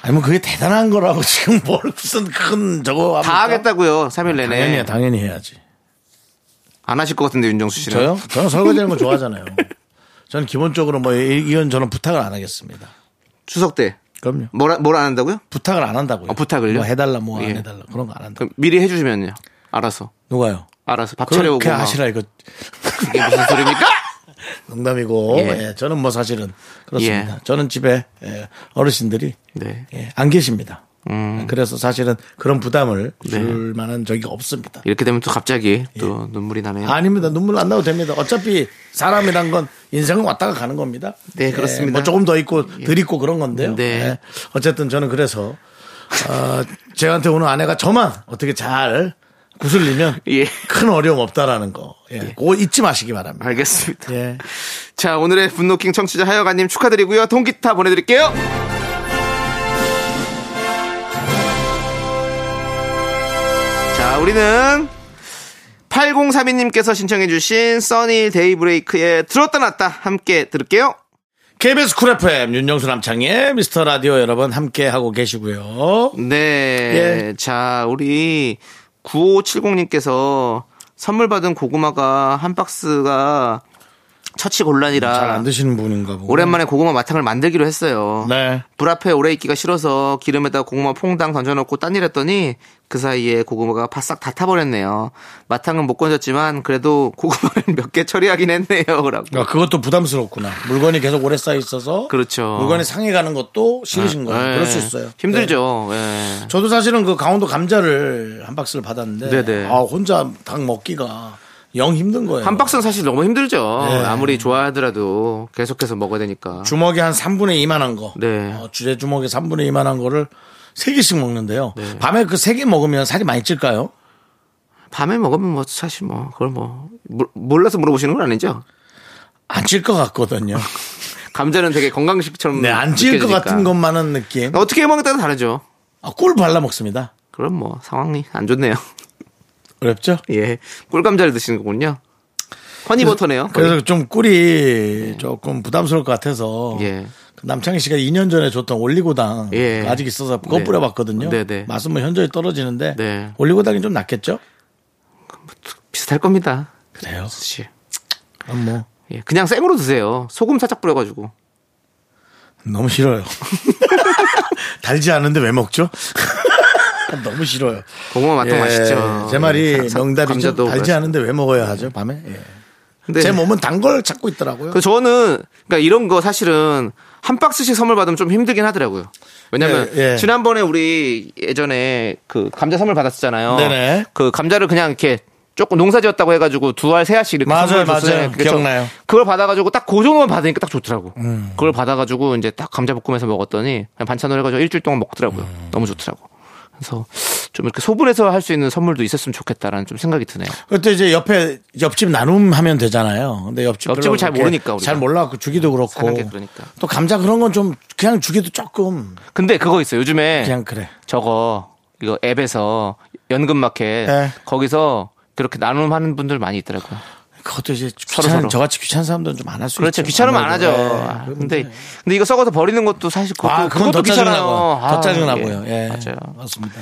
Speaker 1: 아니 뭐 그게 대단한 거라고 지금 뭘 무슨 큰 저거
Speaker 2: 다 네.
Speaker 1: 합니까?
Speaker 2: 하겠다고요. 3일 내내.
Speaker 1: 아, 당연히 당연히 해야지.
Speaker 2: 안 하실 것 같은데 윤정수 씨는.
Speaker 1: 저요? 저는 설거지하는 거 좋아하잖아요. 저는 기본적으로 뭐 이- 이건 저는 부탁을 안 하겠습니다.
Speaker 2: 추석 때.
Speaker 1: 그럼요.
Speaker 2: 뭐라 뭘 안 한다고요?
Speaker 1: 부탁을 안 한다고요.
Speaker 2: 아, 부탁을요?
Speaker 1: 뭐 해달라, 뭐 안
Speaker 2: 예.
Speaker 1: 해달라. 그런 거 안 한다.
Speaker 2: 그럼 미리 해주시면요. 알아서
Speaker 1: 누가요?
Speaker 2: 알아서 밥 차려오고
Speaker 1: 그렇게
Speaker 2: 막.
Speaker 1: 하시라, 이거.
Speaker 2: 이게 무슨 소리입니까?
Speaker 1: 농담이고.
Speaker 2: 예.
Speaker 1: 예, 저는 뭐 사실은 그렇습니다.
Speaker 2: 예.
Speaker 1: 저는 집에 예, 어르신들이
Speaker 2: 네.
Speaker 1: 예, 안 계십니다.
Speaker 2: 음.
Speaker 1: 그래서 사실은 그런 부담을
Speaker 2: 네.
Speaker 1: 줄 만한 적이 없습니다.
Speaker 2: 이렇게 되면 또 갑자기 또 눈물이 나네요.
Speaker 1: 예. 아닙니다. 눈물 안 나도 됩니다. 어차피 사람이란 건 인생은 왔다가 가는 겁니다.
Speaker 2: 네, 그렇습니다.
Speaker 1: 예, 뭐 조금 더 있고 덜 있고 그런 건데요.
Speaker 2: 네.
Speaker 1: 예, 어쨌든 저는 그래서 어, 제한테 오는 아내가 저만 어떻게 잘 구슬리면
Speaker 2: 예.
Speaker 1: 큰 어려움 없다라는 거. 예. 그거 잊지 마시기 바랍니다.
Speaker 2: 알겠습니다.
Speaker 1: 예.
Speaker 2: 자, 오늘의 분노킹 청취자 하여가님 축하드리고요. 통기타 보내드릴게요. 자, 우리는 8032님께서 신청해주신 써니 데이브레이크의 들었다 놨다 함께 들을게요.
Speaker 1: KBS 쿨 FM 윤정수 남창의 미스터 라디오 여러분 함께 하고 계시고요.
Speaker 2: 네.
Speaker 1: 예.
Speaker 2: 자, 우리 9570님께서 선물 받은 고구마가 한 박스가 처치
Speaker 1: 잘 안
Speaker 2: 곤란이라
Speaker 1: 드시는 분인가 보고.
Speaker 2: 오랜만에 고구마 마탕을 만들기로 했어요.
Speaker 1: 네.
Speaker 2: 불 앞에 오래 있기가 싫어서 기름에다 고구마 퐁당 던져놓고 딴 일 했더니 그 사이에 고구마가 바싹 다 타버렸네요. 마탕은 못 건졌지만 그래도 고구마를 몇 개 처리하긴 했네요. 라고.
Speaker 1: 아, 그것도 부담스럽구나. 물건이 계속 오래 쌓여 있어서
Speaker 2: 그렇죠.
Speaker 1: 물건이 상해가는 것도 싫으신 거예요.
Speaker 2: 예.
Speaker 1: 그럴 수 있어요. 네.
Speaker 2: 힘들죠. 예.
Speaker 1: 저도 사실은 그 강원도 감자를 한 박스를 받았는데
Speaker 2: 네네.
Speaker 1: 아 혼자 닭 먹기가 영 힘든 거예요.
Speaker 2: 한 박스는 사실 너무 힘들죠.
Speaker 1: 네.
Speaker 2: 아무리 좋아하더라도 계속해서 먹어야 되니까.
Speaker 1: 주먹이 한 3분의 2만한 거.
Speaker 2: 네.
Speaker 1: 어, 주제 주먹이 3분의 2만한 거를 3개씩 먹는데요.
Speaker 2: 네.
Speaker 1: 밤에 그 3개 먹으면 살이 많이 찔까요?
Speaker 2: 밤에 먹으면 뭐 사실 뭐 그걸 뭐 몰- 몰라서 물어보시는 건 아니죠.
Speaker 1: 안 찔 것 같거든요.
Speaker 2: 감자는 되게 건강식처럼
Speaker 1: 네, 안 찔 것
Speaker 2: 느껴지니까.
Speaker 1: 같은 것만은 느낌.
Speaker 2: 어떻게 먹느냐에 따라 다르죠.
Speaker 1: 아, 꿀 발라 먹습니다.
Speaker 2: 그럼 뭐 상황이 안 좋네요.
Speaker 1: 어렵죠?
Speaker 2: 예. 꿀감자를 드시는 거군요. 허니버터네요.
Speaker 1: 그래서 좀 꿀이 조금 부담스러울 것 같아서
Speaker 2: 예.
Speaker 1: 그 남창희 씨가 2년 전에 줬던 올리고당
Speaker 2: 예.
Speaker 1: 그 아직 있어서 그거
Speaker 2: 네.
Speaker 1: 뿌려봤거든요.
Speaker 2: 네네.
Speaker 1: 맛은 뭐 현저히 떨어지는데
Speaker 2: 네.
Speaker 1: 올리고당이 좀 낫겠죠?
Speaker 2: 비슷할 겁니다.
Speaker 1: 그래요.
Speaker 2: 사실.
Speaker 1: 그럼 뭐
Speaker 2: 예. 그냥 생으로 드세요. 소금 살짝 뿌려가지고.
Speaker 1: 너무 싫어요. 달지 않은데 왜 먹죠? 너무 싫어요.
Speaker 2: 고구마 맛탕 맛있죠.
Speaker 1: 예, 제 말이
Speaker 2: 예, 사- 사-
Speaker 1: 명답이죠.
Speaker 2: 감자도
Speaker 1: 달지
Speaker 2: 그렇죠.
Speaker 1: 않은데 왜 먹어야 하죠 밤에? 예.
Speaker 2: 근데
Speaker 1: 제 몸은 단 걸 찾고 있더라고요.
Speaker 2: 그 저는 그러니까 이런 거 사실은 한 박스씩 선물 받으면 좀 힘들긴 하더라고요. 왜냐면
Speaker 1: 예, 예.
Speaker 2: 지난번에 우리 예전에 그 감자 선물 받았었잖아요.
Speaker 1: 네네.
Speaker 2: 그 감자를 그냥 이렇게 조금 농사지었다고 해가지고 두 알 세 알씩 이렇게
Speaker 1: 맞아요,
Speaker 2: 선물 줬어요.
Speaker 1: 맞아요.
Speaker 2: 그게 좀
Speaker 1: 기억나요. 음.
Speaker 2: 그걸 받아가지고 딱 고정만 받으니까 딱 좋더라고. 그걸 받아가지고 이제 딱 감자볶음해서 먹었더니 그냥 반찬으로 해가지고 일주일 동안 먹더라고요.
Speaker 1: 음.
Speaker 2: 너무 좋더라고. 그래서 좀 이렇게 소분해서 할 수 있는 선물도 있었으면 좋겠다라는 좀 생각이 드네요.
Speaker 1: 그때 이제 옆에 옆집 나눔하면 되잖아요. 근데 옆집
Speaker 2: 옆집을 잘 모르니까 우리가.
Speaker 1: 잘 몰라갖고 주기도 그렇고
Speaker 2: 사는 게 그러니까.
Speaker 1: 또 감자 그런 건 좀 그냥 주기도 조금
Speaker 2: 근데 그거 있어요. 요즘에
Speaker 1: 그냥 그래.
Speaker 2: 저거 이거 앱에서 연금마켓
Speaker 1: 네.
Speaker 2: 거기서 그렇게 나눔하는 분들 많이 있더라고요.
Speaker 1: 그것도 이제
Speaker 2: 서로
Speaker 1: 귀찮은
Speaker 2: 서로.
Speaker 1: 저같이 귀찮은 사람들은 좀 안 할 수 있죠.
Speaker 2: 그렇죠. 귀찮으면 안 하죠.
Speaker 1: 아무래도. 네. 예, 그렇죠.
Speaker 2: 아, 근데 근데 이거 썩어서 버리는 것도 사실 그것도,
Speaker 1: 아, 그건 더
Speaker 2: 그것도 귀찮아요.
Speaker 1: 짜증나고요.
Speaker 2: 아,
Speaker 1: 더 짜증나고요.
Speaker 2: 예.
Speaker 1: 예.
Speaker 2: 맞아요.
Speaker 1: 맞습니다.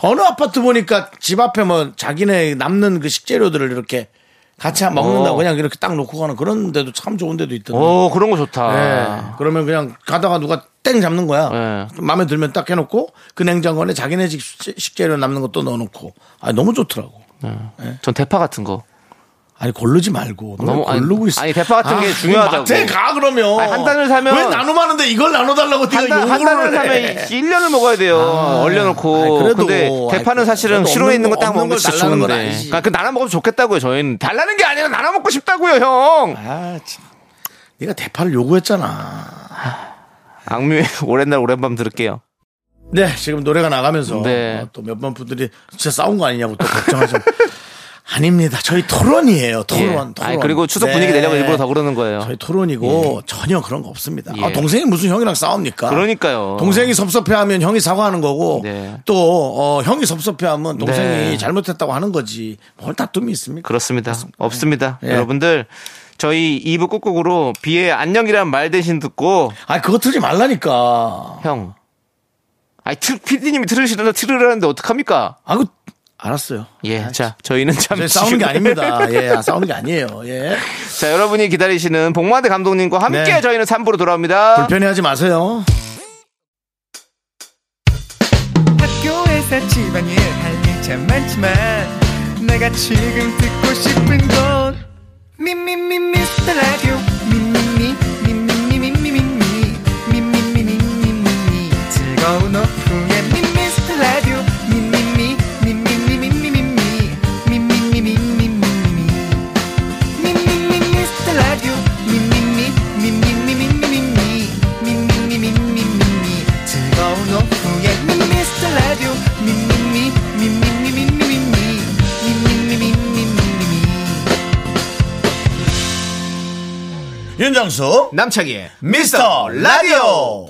Speaker 1: 어느 아파트 보니까 집 앞에 뭐 자기네 남는 그 식재료들을 이렇게 같이 먹는다고
Speaker 2: 어.
Speaker 1: 그냥 이렇게 딱 놓고 가는 그런 데도 참 좋은 데도 있던데.
Speaker 2: 오 그런 거
Speaker 1: 예.
Speaker 2: 좋다.
Speaker 1: 그러면 그냥 가다가 누가 땡 잡는 거야.
Speaker 2: 예.
Speaker 1: 좀 마음에 들면 딱 해놓고 그 냉장고 안에 자기네 식- 식재료 남는 것도 넣어놓고. 아, 너무 좋더라고. 네.
Speaker 2: 전 대파 같은 거.
Speaker 1: 아니 고르지 말고 너무
Speaker 2: 너무- 아니,
Speaker 1: 고르고 있어.
Speaker 2: 아니, 대파 같은 게
Speaker 1: 아,
Speaker 2: 중요하다고.
Speaker 1: 마트에 가 그러면.
Speaker 2: 아니, 한 단을 사면-
Speaker 1: 왜 나눔하는데 이걸 나눠달라고 네가
Speaker 2: 한 단- 한
Speaker 1: 요구를
Speaker 2: 단을 사면
Speaker 1: 해.
Speaker 2: 1년을 먹어야 돼요. 얼려놓고.
Speaker 1: 아니, 그래도-
Speaker 2: 근데 대파는
Speaker 1: 아이,
Speaker 2: 사실은
Speaker 1: 그래도 없는
Speaker 2: 실온에 있는
Speaker 1: 거-
Speaker 2: 거 딱
Speaker 1: 없는
Speaker 2: 먹는 거
Speaker 1: 걸 달라는 건
Speaker 2: 좋은데.
Speaker 1: 아니지.
Speaker 2: 그러니까 그 나눠 먹으면 좋겠다고요. 저희는 달라는 게 아니라 나눠 먹고 싶다고요, 형.
Speaker 1: 아, 참. 네가 대파를 요구했잖아.
Speaker 2: 악뮤의 오랜날 오랜밤 들을게요.
Speaker 1: 네, 지금 노래가 나가면서 어,
Speaker 2: 네.
Speaker 1: 또 몇 번 분들이 진짜 싸운 거 아니냐고 또 걱정하죠. 아닙니다. 저희 토론이에요. 토론.
Speaker 2: 예.
Speaker 1: 토론. 네.
Speaker 2: 아니, 그리고 추석 분위기 내려고 일부러 더 그러는 거예요.
Speaker 1: 저희 토론이고 전혀 그런 거 없습니다. 아,
Speaker 2: 예.
Speaker 1: 동생이 무슨 형이랑 싸웁니까?
Speaker 2: 그러니까요.
Speaker 1: 동생이 섭섭해하면 형이 사과하는 거고
Speaker 2: 네.
Speaker 1: 또 어, 형이 섭섭해하면 동생이
Speaker 2: 네.
Speaker 1: 잘못했다고 하는 거지. 뭘 다툼이 있습니까?
Speaker 2: 그렇습니다. 없습니다.
Speaker 1: 예.
Speaker 2: 여러분들 저희 2부 꾹꾹으로 비의 안녕이란 말 대신 듣고
Speaker 1: 아, 그거 틀지 말라니까.
Speaker 2: 형. 아이 트, PD님이 들으시려다 틀으라는데 어떡합니까?
Speaker 1: 아, 그 알았어요.
Speaker 2: 예. 자, 저희는
Speaker 1: 저희
Speaker 2: 잠시
Speaker 1: 싸우는 게
Speaker 2: 후에-
Speaker 1: 아닙니다. 예, 아, 싸우는 게 아니에요. 예.
Speaker 2: 자, 여러분이 기다리시는 복마대 감독님과 함께
Speaker 1: 네.
Speaker 2: 저희는 3부로 돌아옵니다.
Speaker 1: 불편해하지 마세요.
Speaker 3: 그렇죠.
Speaker 4: 회사 집안일 할 일 참 많지만 내가 지금 듣고 싶은 건 미미미 미스터 라디오 미미미 미미미 미미미 미미미 미미미 즐거운 오후에 미스터 라디오 미미미 미미미 미미미 미미미 미미미
Speaker 1: 윤정수
Speaker 2: 남창희의
Speaker 1: 미스터 라디오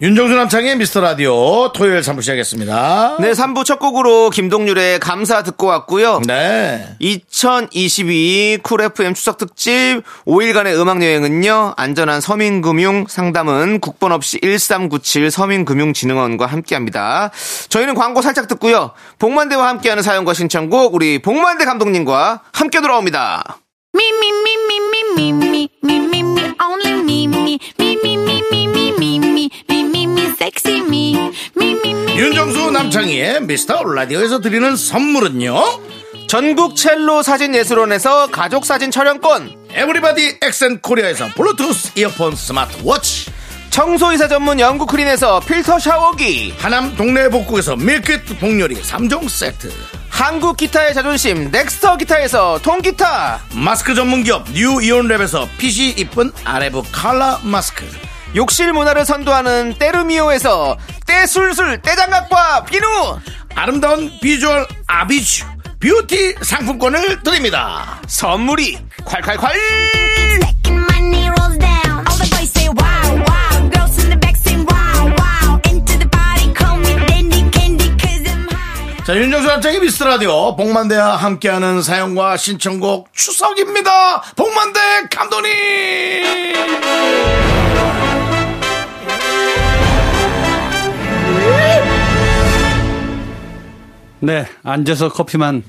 Speaker 1: 윤정수 남창의 미스터 라디오 토요일 3부 시작했습니다
Speaker 2: 네, 3부 첫 곡으로 김동률의 감사 듣고 왔고요.
Speaker 1: 네.
Speaker 2: 2022 쿨FM 추석특집 5일간의 음악여행은요, 안전한 서민금융 상담은 국번 없이 1397 서민금융진흥원과 함께 합니다. 저희는 광고 살짝 듣고요, 복만대와 함께하는 사연과 신청곡, 우리 복만대 감독님과 함께 돌아옵니다.
Speaker 3: Me, me, me, me, me, me, me, me, me, me, only me, me, me, me, me, me, me, me, me, me, me, me, sexy me, me, me, me.
Speaker 1: 윤정수 남창희의 미스터 라디오에서 드리는 선물은요
Speaker 2: 전국 첼로 사진예술원에서 가족사진 촬영권,
Speaker 1: 에브리바디 엑센 코리아에서 블루투스 이어폰 스마트워치
Speaker 2: 청소이사 전문 영국 크린에서 필터 샤워기,
Speaker 1: 하남 동네 복국에서 밀키트 복요리 3종 세트
Speaker 2: 한국 기타의 자존심, 넥스터 기타에서 통기타,
Speaker 1: 마스크 전문기업 뉴이온랩에서 핏이 이쁜 아레브 칼라 마스크
Speaker 2: 욕실 문화를 선도하는 때르미오에서 때술술 때장갑과 비누
Speaker 1: 아름다운 비주얼 아비쥬 뷰티 상품권을 드립니다
Speaker 2: 선물이 콸콸콸
Speaker 3: Second money rolls down. All the boys say wow, wow. Girls in the back say wow, wow. Into the party, call me dandy candy, cause I'm high.
Speaker 1: 자 윤정수 남창희 미스터라디오 복만대와 함께하는 사연과 신청곡 추석입니다 복만대 감독님
Speaker 5: 네, 앉아서 커피만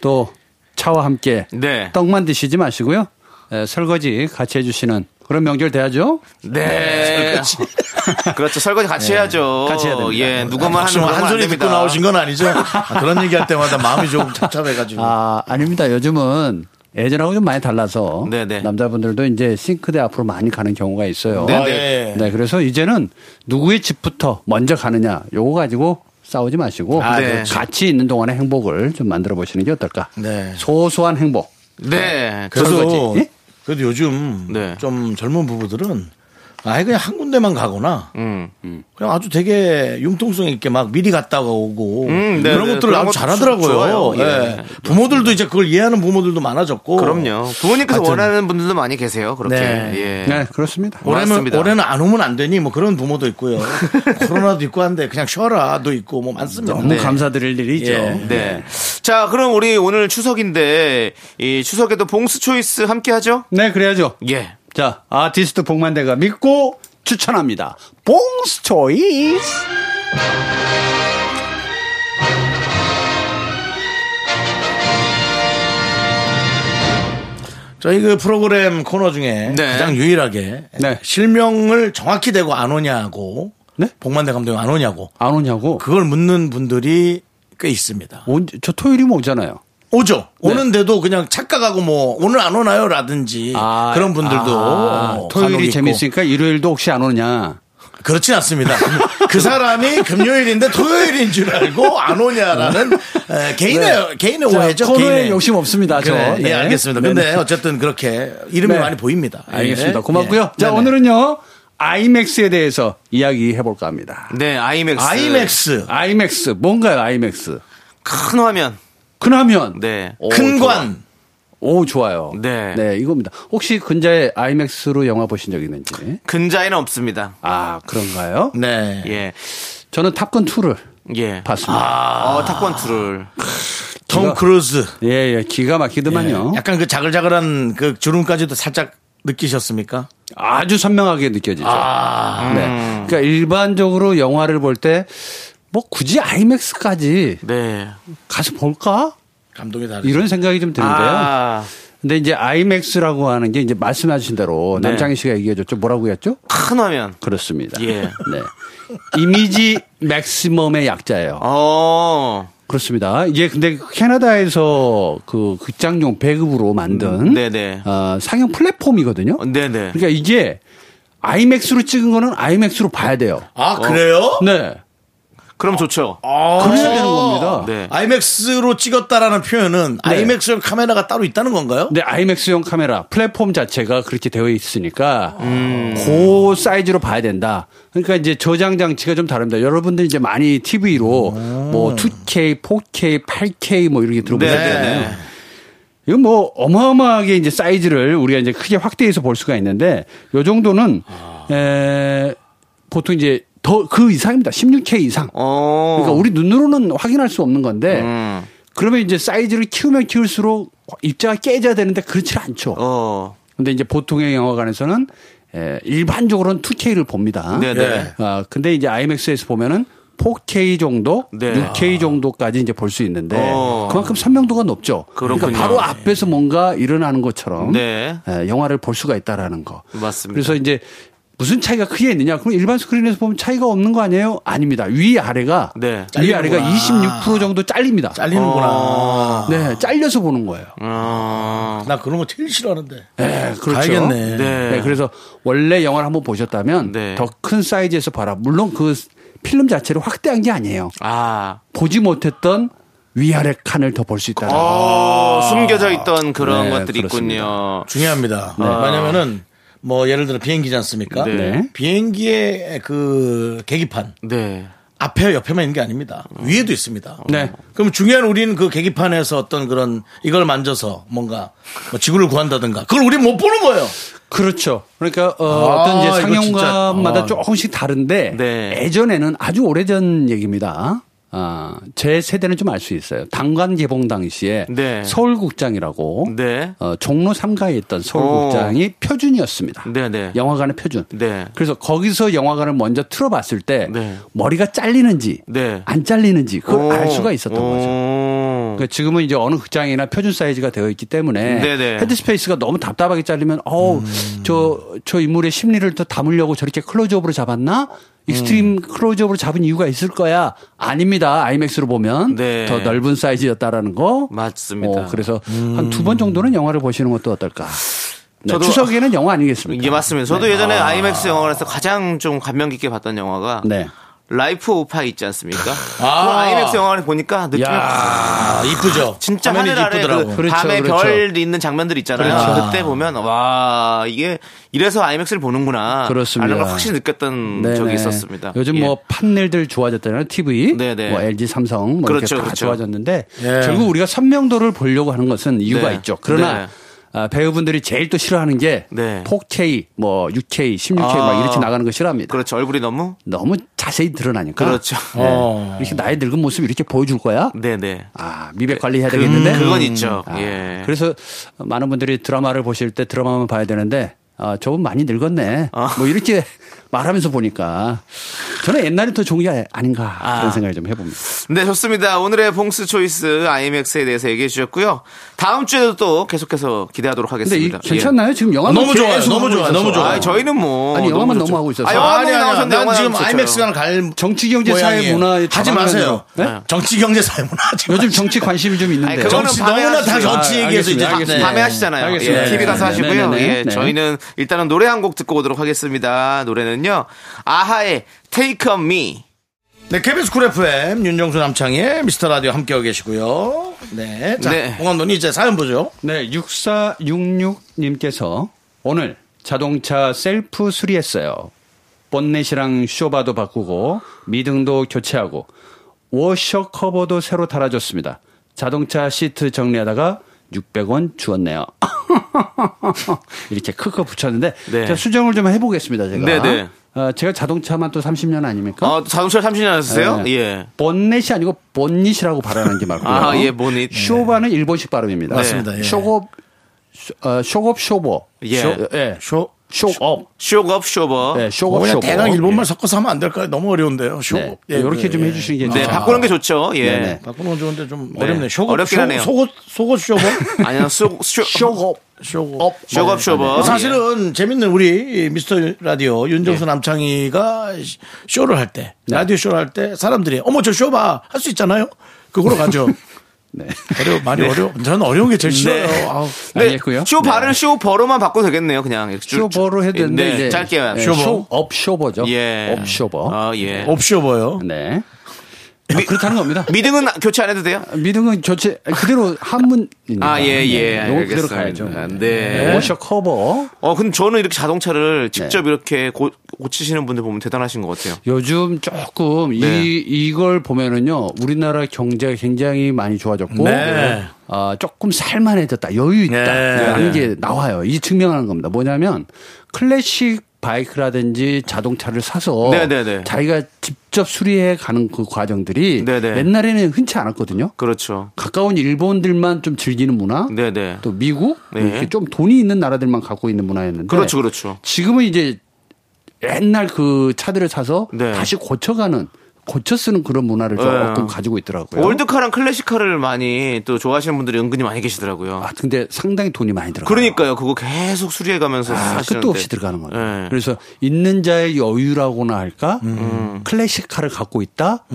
Speaker 5: 또 차와 함께
Speaker 2: 네.
Speaker 5: 떡만 드시지 마시고요. 에, 설거지 같이 해주시는 그런 명절 돼야죠.
Speaker 2: 네 그렇죠 설거지 같이 해야죠
Speaker 5: 같이 해야 됩니다.
Speaker 2: 예 누구만 하는
Speaker 1: 지금
Speaker 2: 거안
Speaker 1: 아, 한 소리
Speaker 2: 됩니다
Speaker 1: 듣고 나오신 건 아니죠? 아, 그런 얘기할 때마다 마음이 조금 착잡해가지고.
Speaker 5: 아, 아닙니다. 요즘은 예전하고 좀 많이 달라서
Speaker 2: 네네.
Speaker 5: 남자분들도 이제 싱크대 앞으로 많이 가는 경우가 있어요.
Speaker 1: 네,
Speaker 2: 네네.
Speaker 1: 네.
Speaker 5: 네, 그래서 이제는 누구의 집부터 먼저 가느냐 요거 가지고 싸우지 마시고
Speaker 1: 아,
Speaker 2: 네.
Speaker 5: 같이 있는 동안의 행복을 좀 만들어 보시는 게 어떨까.
Speaker 1: 네. 소소한
Speaker 5: 소소한 행복.
Speaker 2: 네
Speaker 1: 그래도,
Speaker 5: 설거지. 예?
Speaker 1: 그래도 요즘
Speaker 2: 네.
Speaker 1: 좀 젊은 부부들은 아예 그냥 한 군데만 가거나
Speaker 2: 음.
Speaker 1: 그냥 아주 되게 융통성 있게 막 미리 갔다가 오고
Speaker 2: 음, 네,
Speaker 1: 그런
Speaker 2: 네.
Speaker 1: 것들을
Speaker 2: 그런
Speaker 1: 아주
Speaker 2: 것도
Speaker 1: 잘하더라고요.
Speaker 2: 좋아요. 예.
Speaker 1: 예. 부모들도 이제 그걸 이해하는 부모들도 많아졌고.
Speaker 2: 그럼요 부모님께서
Speaker 1: 하여튼
Speaker 2: 원하는 분들도 많이 계세요 그렇게
Speaker 1: 네.
Speaker 2: 예.
Speaker 5: 네, 그렇습니다.
Speaker 1: 올해는,
Speaker 2: 맞습니다.
Speaker 1: 올해는 안 오면 안 되니 뭐 그런 부모도 있고요. 코로나도 있고 한데 그냥 쉬어라도 있고 뭐 많습니다.
Speaker 5: 너무 감사드릴 일이죠.
Speaker 1: 예.
Speaker 2: 네. 자, 그럼 우리 오늘 추석인데, 이 추석에도 봉스 초이스 함께 하죠?
Speaker 5: 네, 그래야죠.
Speaker 2: 예.
Speaker 5: 자, 아티스트 복만대가 믿고 추천합니다. 봉스 초이스.
Speaker 1: 저희 그 프로그램 코너 중에
Speaker 2: 네.
Speaker 1: 가장 유일하게
Speaker 5: 네.
Speaker 1: 실명을 정확히 대고 안 오냐고
Speaker 5: 네?
Speaker 1: 복만대 감독이 안 오냐고
Speaker 5: 안 오냐고.
Speaker 1: 그걸 묻는 분들이 꽤 있습니다.
Speaker 5: 언제- 저 토요일이면 오잖아요.
Speaker 1: 오죠.
Speaker 5: 네.
Speaker 1: 오는데도 그냥 착각하고 뭐 오늘 안 오나요? 라든지
Speaker 5: 아,
Speaker 1: 그런 분들도
Speaker 5: 아,
Speaker 1: 간혹
Speaker 5: 토요일이
Speaker 1: 있고.
Speaker 5: 재밌으니까 일요일도 혹시 안 오느냐.
Speaker 1: 그렇진 않습니다. 그 사람이 금요일인데 토요일인 줄 알고 안 오냐라는 에, 개인의 개인의
Speaker 5: 네. 자,
Speaker 1: 오해죠.
Speaker 5: 코너에
Speaker 1: 개인의.
Speaker 5: 욕심 없습니다, 저.
Speaker 1: 그래, 예,
Speaker 5: 네.
Speaker 1: 알겠습니다.
Speaker 5: 네네.
Speaker 1: 근데 어쨌든 그렇게 이름이
Speaker 5: 네.
Speaker 1: 많이 보입니다. 예.
Speaker 5: 알겠습니다.
Speaker 1: 예.
Speaker 5: 고맙고요. 자,
Speaker 1: 네네.
Speaker 5: 오늘은요. 아이맥스에 대해서 이야기해 볼까 합니다.
Speaker 2: 네, 아이맥스.
Speaker 1: 아이맥스
Speaker 5: 아이맥스 뭔가요, 아이맥스?
Speaker 2: 큰 화면.
Speaker 5: 큰화면.
Speaker 2: 네.
Speaker 1: 어.
Speaker 5: 오,
Speaker 1: 큰관
Speaker 5: 좋아. 오, 좋아요.
Speaker 2: 네.
Speaker 5: 이겁니다. 혹시 근자에 아이맥스로 영화 보신 적
Speaker 1: 그
Speaker 5: 있는지?
Speaker 2: 근자에는 없습니다.
Speaker 5: 아, 그런가요?
Speaker 1: 네.
Speaker 2: 예.
Speaker 5: 저는 탑건 2를
Speaker 2: 예.
Speaker 1: 아.
Speaker 5: 봤습니다.
Speaker 2: 어, 탁권 투를.
Speaker 1: 톰 크루즈
Speaker 5: 예, 예. 기가 막히더만요.
Speaker 1: 약간 그 자글자글한 그 주름까지도 살짝 느끼셨습니까?
Speaker 5: 아주 선명하게 느껴지죠.
Speaker 1: 아.
Speaker 5: 네. 그러니까 일반적으로 영화를 볼 때 뭐 굳이 아이맥스까지
Speaker 2: 네.
Speaker 5: 가서 볼까?
Speaker 1: 감동이 다르죠.
Speaker 5: 이런 생각이 좀 드는데요.
Speaker 2: 아,
Speaker 5: 근데 이제 아이맥스라고 하는 게 이제 말씀하신 대로
Speaker 2: 네.
Speaker 5: 남창희 씨가 얘기해줬죠. 뭐라고 했죠?
Speaker 2: 큰 화면.
Speaker 5: 그렇습니다.
Speaker 2: 예.
Speaker 5: 네. 이미지 맥시멈의 약자예요.
Speaker 2: 어.
Speaker 5: 그렇습니다. 이게 근데 캐나다에서 그 극장용 배급으로 만든
Speaker 2: 음, 네네.
Speaker 5: 어, 상영 플랫폼이거든요.
Speaker 2: 네네.
Speaker 5: 그러니까 이게 아이맥스로 찍은 거는 아이맥스로 봐야 돼요.
Speaker 1: 아 그래요? 아,
Speaker 5: 네.
Speaker 2: 그럼 좋죠.
Speaker 5: 그래야 되는 겁니다.
Speaker 2: 네.
Speaker 1: 아이맥스로 찍었다라는 표현은 아이맥스용 카메라가 따로 있다는 건가요?
Speaker 5: 근데 아이맥스용 카메라 플랫폼 자체가 그렇게 되어 있으니까 그 사이즈로 봐야 된다. 그러니까 이제 저장 장치가 좀 다릅니다. 여러분들 이제 많이 TV로 뭐 2K, 4K, 8K 뭐 이렇게 들어보셨잖아요.
Speaker 2: 네네.
Speaker 5: 이건 뭐 어마어마하게 이제 사이즈를 우리가 이제 크게 확대해서 볼 수가 있는데 요 정도는 에, 보통 이제 더 그 이상입니다. 16K 이상.
Speaker 2: 어. 음.
Speaker 5: 그러니까 우리 눈으로는 확인할 수 없는 건데 그러면 이제 사이즈를 키우면 키울수록 입자가 깨져야 되는데 그렇지 않죠.
Speaker 2: 어.
Speaker 5: 근데 이제 보통의 영화관에서는 에, 일반적으로는 2K를 봅니다.
Speaker 2: 네네.
Speaker 1: 네.
Speaker 5: 아, 근데 이제 IMAX에서 보면은 4K 정도,
Speaker 2: 네.
Speaker 5: 6K 정도까지 이제 볼 수 있는데
Speaker 2: 어.
Speaker 5: 그만큼 선명도가 높죠. 그러니까
Speaker 2: 그렇군요.
Speaker 5: 바로 앞에서 뭔가 일어나는 것처럼
Speaker 2: 네.
Speaker 5: 에, 예, 영화를 볼 수가 있다라는 거.
Speaker 2: 맞습니다.
Speaker 5: 그래서 이제 무슨 차이가 크게 있느냐? 그럼 일반 스크린에서 보면 차이가 없는 거 아니에요? 아닙니다. 위 아래가
Speaker 2: 네.
Speaker 5: 위 아래가 26% 정도 잘립니다.
Speaker 1: 잘리는구나.
Speaker 5: 네, 잘려서 보는 거예요.
Speaker 2: 어.
Speaker 1: 나 그런 거 제일 싫어하는데.
Speaker 5: 네, 그렇죠.
Speaker 1: 가야겠네.
Speaker 2: 네.
Speaker 5: 네, 그래서 원래 영화를 한번 보셨다면
Speaker 2: 네.
Speaker 5: 더 큰 사이즈에서 봐라. 물론 그 필름 자체를 확대한 게 아니에요.
Speaker 2: 아.
Speaker 5: 보지 못했던 위아래 칸을 더 볼 수 있다는 거.
Speaker 2: 어, 숨겨져 있던 그런
Speaker 5: 네,
Speaker 2: 것들이
Speaker 5: 그렇습니다.
Speaker 2: 있군요.
Speaker 1: 중요합니다. 네, 왜냐면은 뭐 예를 들어 비행기지 않습니까?
Speaker 2: 네.
Speaker 1: 비행기의 그 계기판
Speaker 2: 네.
Speaker 1: 앞에 옆에만 있는 게 아닙니다. 위에도 있습니다.
Speaker 5: 네.
Speaker 1: 그럼 중요한 우리는 그 계기판에서 어떤 그런 이걸 만져서 뭔가 뭐 지구를 구한다든가 그걸 우리 못 보는 거예요.
Speaker 5: 그렇죠. 그러니까 어,
Speaker 1: 아,
Speaker 5: 어떤 이제
Speaker 1: 이거 진짜-
Speaker 5: 상영관마다
Speaker 1: 아.
Speaker 5: 조금씩 다른데
Speaker 2: 네.
Speaker 5: 예전에는 아주 오래전 얘기입니다. 아, 제 세대는 좀 알 수 있어요. 당관 개봉 당시에
Speaker 2: 네.
Speaker 5: 서울국장이라고
Speaker 2: 네.
Speaker 5: 어, 종로 3가에 있던 서울국장이 표준이었습니다.
Speaker 2: 네네.
Speaker 5: 영화관의 표준.
Speaker 2: 네.
Speaker 5: 그래서 거기서 영화관을 먼저 틀어봤을 때
Speaker 2: 네.
Speaker 5: 머리가 잘리는지
Speaker 2: 네.
Speaker 5: 안 잘리는지 그걸 알 수가 있었던
Speaker 2: 어.
Speaker 5: 거죠. 그러니까 지금은 이제 어느 극장이나 표준 사이즈가 되어 있기 때문에
Speaker 2: 네네. 음.
Speaker 5: 헤드스페이스가 너무 답답하게 잘리면 어우 저, 저 인물의 심리를 또 담으려고 저렇게 클로즈업으로 잡았나?
Speaker 2: 음.
Speaker 5: 익스트림 클로즈업으로 잡은 이유가 있을 거야. 아닙니다. 아이맥스로 보면
Speaker 2: 네.
Speaker 5: 더 넓은 사이즈였다라는 거.
Speaker 2: 맞습니다. 음.
Speaker 5: 어, 그래서 한 두 번 정도는 영화를 보시는 것도 어떨까. 네,
Speaker 2: 저도-
Speaker 5: 추석에는 영화 아니겠습니까?
Speaker 2: 이게 맞습니다.
Speaker 5: 네.
Speaker 2: 저도 예전에 아이맥스 영화관에서 가장 좀 감명 깊게 봤던 영화가
Speaker 5: 네.
Speaker 2: 라이프 오파 있지 않습니까?
Speaker 1: 아.
Speaker 2: 아~ 아이맥스 영화관에 보니까 느낌이
Speaker 1: 아, 이쁘죠.
Speaker 2: 진짜
Speaker 1: 화면이
Speaker 2: 하늘 아래
Speaker 1: 이쁘더라고.
Speaker 2: 그
Speaker 5: 그렇죠,
Speaker 2: 밤에
Speaker 5: 그렇죠.
Speaker 2: 별 있는 장면들 있잖아요.
Speaker 1: 그렇죠.
Speaker 2: 그때 보면 와 이게 이래서 아이맥스를 보는구나.
Speaker 5: 그렇습니다.
Speaker 2: 라는 걸 확실히 느꼈던 음, 적이
Speaker 5: 네네.
Speaker 2: 있었습니다.
Speaker 5: 요즘
Speaker 2: 예.
Speaker 5: 뭐 판넬들 좋아졌잖아요. TV,
Speaker 2: 네네.
Speaker 5: 뭐 LG, 삼성 뭐
Speaker 2: 그렇죠,
Speaker 5: 이렇게 다
Speaker 2: 그렇죠.
Speaker 5: 좋아졌는데
Speaker 1: 예.
Speaker 5: 결국 우리가 선명도를 보려고 하는 것은 이유가
Speaker 2: 네.
Speaker 5: 있죠. 그러나
Speaker 2: 네.
Speaker 5: 아, 배우분들이 제일 또 싫어하는 게
Speaker 2: 네.
Speaker 5: 4K, 뭐 6K, 16K
Speaker 2: 아.
Speaker 5: 막 이렇게 나가는 거 싫어합니다.
Speaker 2: 그렇죠. 얼굴이 너무
Speaker 5: 너무 자세히 드러나니까.
Speaker 2: 그렇죠.
Speaker 5: 네. 이렇게 나이 늙은 모습 이렇게 보여줄 거야?
Speaker 2: 네네. 음,
Speaker 5: 아, 미백 관리해야 되겠는데?
Speaker 2: 그건 있죠.
Speaker 5: 아,
Speaker 2: 예.
Speaker 5: 그래서 많은 분들이 드라마를 보실 때 드라마만 봐야 되는데, 아, 저분 많이 늙었네.
Speaker 2: 아.
Speaker 5: 뭐 이렇게 말하면서 보니까 저는 옛날에 더 좋은 게 아닌가 그런 생각을 좀 해봅니다.
Speaker 2: 네, 좋습니다. 오늘의 봉스 초이스 IMX에 대해서 얘기해 주셨고요. 다음 주에도 또 계속해서 기대하도록
Speaker 5: 근데 이,
Speaker 2: 하겠습니다.
Speaker 5: 괜찮나요? 지금 영화
Speaker 1: 너무 좋아요. 너무 좋아요. 너무
Speaker 2: 예.
Speaker 1: 좋아요.
Speaker 2: 아, 저희는 뭐
Speaker 5: 아니, 영화만 너무
Speaker 2: 좋죠.
Speaker 5: 하고 있었어요.
Speaker 2: 아, 영화
Speaker 1: 아니,
Speaker 2: 너무
Speaker 1: 아니, 아니,
Speaker 2: 나오셨는데
Speaker 1: 난
Speaker 2: 영화는
Speaker 1: 지금
Speaker 2: 없었어요.
Speaker 1: 아이맥스관 갈
Speaker 5: 정치, 경제, 사회,
Speaker 1: 모양이에요.
Speaker 5: 문화에
Speaker 1: 하지 마세요.
Speaker 5: 전환하는 거. 네?
Speaker 1: 정치 경제 사회 문화 하지 마세요.
Speaker 5: 요즘 정치 관심이 좀 있는데.
Speaker 2: 아니, 그거는
Speaker 1: 정치
Speaker 2: 밤에
Speaker 1: 너무나 다
Speaker 2: 하시죠.
Speaker 1: 정치
Speaker 5: 아,
Speaker 1: 얘기해서 이제 네.
Speaker 5: 알겠습니다.
Speaker 1: 다-
Speaker 5: 알겠습니다.
Speaker 2: 밤에 하시잖아요.
Speaker 5: 알겠습니다.
Speaker 2: 예, TV 가서
Speaker 5: 네,
Speaker 2: 하시고요.
Speaker 5: 네, 네,
Speaker 2: 예,
Speaker 5: 네.
Speaker 2: 저희는 일단은 노래 한 곡 듣고 오도록 하겠습니다. 노래는요. 아하의 Take on Me.
Speaker 1: 네, KBS 쿨 FM 윤정수 남창의 미스터 라디오 함께하고 계시고요. 네, 자,
Speaker 2: 네.
Speaker 1: 홍원돈이 이제 사연 보죠.
Speaker 5: 네, 6466님께서 오늘 자동차 셀프 수리했어요. 본넷이랑 쇼바도 바꾸고 미등도 교체하고 워셔 커버도 새로 달아줬습니다. 자동차 시트 정리하다가 600원 주었네요. 이렇게 크크 붙였는데
Speaker 2: 네.
Speaker 5: 제가 수정을 좀 해보겠습니다. 제가
Speaker 2: 네, 네.
Speaker 5: 어, 제가 자동차만 또 30년 아닙니까?
Speaker 2: 어, 자동차 30년 하셨어요?
Speaker 5: 네.
Speaker 2: 예.
Speaker 5: 본넷이 아니고 본닛이라고 발음하는 게 맞고요.
Speaker 2: 아, 예, 본닛.
Speaker 5: 네. 쇼바는 일본식 발음입니다. 네.
Speaker 2: 맞습니다,
Speaker 1: 예.
Speaker 5: 쇼곱, 쇼- 어, 쇼곱 쇼보.
Speaker 2: 예.
Speaker 5: 쇼, 예.
Speaker 1: 쇼,
Speaker 5: 쇼업.
Speaker 2: 쇼업 쇼버.
Speaker 5: 네,
Speaker 2: 네,
Speaker 1: 뭐
Speaker 5: 쇼업
Speaker 1: 그냥
Speaker 5: 쇼업.
Speaker 1: 대강 일본말 섞어서 하면 안 될까요? 너무 어려운데요. 쇼.
Speaker 5: 예.
Speaker 1: 예, 그,
Speaker 5: 네. 이렇게 좀 해주시는 게 좋죠.
Speaker 2: 예. 네, 바꾸는 게 좋죠. 예.
Speaker 5: 아. 네네.
Speaker 1: 바꾸는 건 좋은데 좀 어렵네. 쇼고
Speaker 2: 어렵긴
Speaker 1: 쇼-
Speaker 2: 하네요.
Speaker 1: 속옷 속옷 쇼고
Speaker 2: 아니요, 쇼, 쇼,
Speaker 5: 쇼업. 예.
Speaker 1: 쇼고 업.
Speaker 2: 쇼업 쇼버.
Speaker 1: 네, 사실은 재밌는 우리 미스터 라디오 윤정수
Speaker 5: 예.
Speaker 1: 남창희가 쇼를 할 때
Speaker 5: 네.
Speaker 1: 라디오 쇼를 할 때 사람들이 어머 저 쇼 봐 할 수 있잖아요. 그거로 가죠.
Speaker 5: 네.
Speaker 1: 어려 많이 어려. 저는 어려운 게 제일 싫어요.
Speaker 2: 네.
Speaker 1: 아우.
Speaker 5: 알겠고요. 네.
Speaker 2: 쇼 바를 쇼 버로만 바꿔도 되겠네요. 그냥 이렇게 쭉-
Speaker 5: 쇼버로 해도 되는데
Speaker 2: 네,
Speaker 5: 이제
Speaker 2: 짧게.
Speaker 5: 네,
Speaker 1: 쇼버.
Speaker 5: 쇼업 쇼버죠.
Speaker 2: 예.
Speaker 5: 업 쇼버.
Speaker 2: 아 예.
Speaker 1: 업쇼버요.
Speaker 5: 네. 아, 그렇다는 겁니다.
Speaker 2: 미등은 교체 안 해도 돼요?
Speaker 5: 미등은 교체 그대로 한문입니다.
Speaker 2: 아, 예, 예.
Speaker 5: 네, 요거 그대로
Speaker 2: 알겠습니다.
Speaker 5: 가야죠.
Speaker 2: 네.
Speaker 5: 워셔 커버.
Speaker 2: 어, 근데 저는 이렇게 자동차를
Speaker 5: 네.
Speaker 2: 직접 이렇게 고, 고치시는 분들 보면 대단하신 것 같아요.
Speaker 5: 요즘 조금
Speaker 2: 네.
Speaker 5: 이 이걸 보면은요 우리나라 경제가 굉장히 많이 좋아졌고
Speaker 1: 네.
Speaker 5: 아, 조금 살만해졌다 여유
Speaker 2: 네.
Speaker 5: 있다라는 게 나와요. 이 증명하는 겁니다. 뭐냐면 클래식 바이크라든지 자동차를 사서
Speaker 2: 네, 네, 네.
Speaker 5: 자기가 직접 수리해 가는 그 과정들이
Speaker 2: 네, 네.
Speaker 5: 옛날에는 흔치 않았거든요.
Speaker 2: 그렇죠.
Speaker 5: 가까운 일본들만 좀 즐기는 문화,
Speaker 2: 네네.
Speaker 5: 또 미국
Speaker 2: 네.
Speaker 5: 이렇게 좀 돈이 있는 나라들만 갖고 있는 문화였는데
Speaker 2: 그렇죠, 그렇죠.
Speaker 5: 지금은 이제 옛날 그 차들을 사서
Speaker 2: 네.
Speaker 5: 다시 고쳐가는 고쳐 쓰는 그런 문화를 조금
Speaker 2: 네.
Speaker 5: 가지고 있더라고요.
Speaker 2: 올드카랑 클래식카를 많이 또 좋아하시는 분들이 은근히 많이 계시더라고요.
Speaker 5: 아 근데 상당히 돈이 많이 들어.
Speaker 2: 그러니까요. 그거 계속 수리해가면서
Speaker 5: 아,
Speaker 2: 하시는데.
Speaker 5: 끝도 없이 들어가는 거죠.
Speaker 2: 네.
Speaker 5: 그래서 있는 자의 여유라고나 할까?
Speaker 1: 음.
Speaker 2: 음.
Speaker 5: 클래식카를 갖고 있다.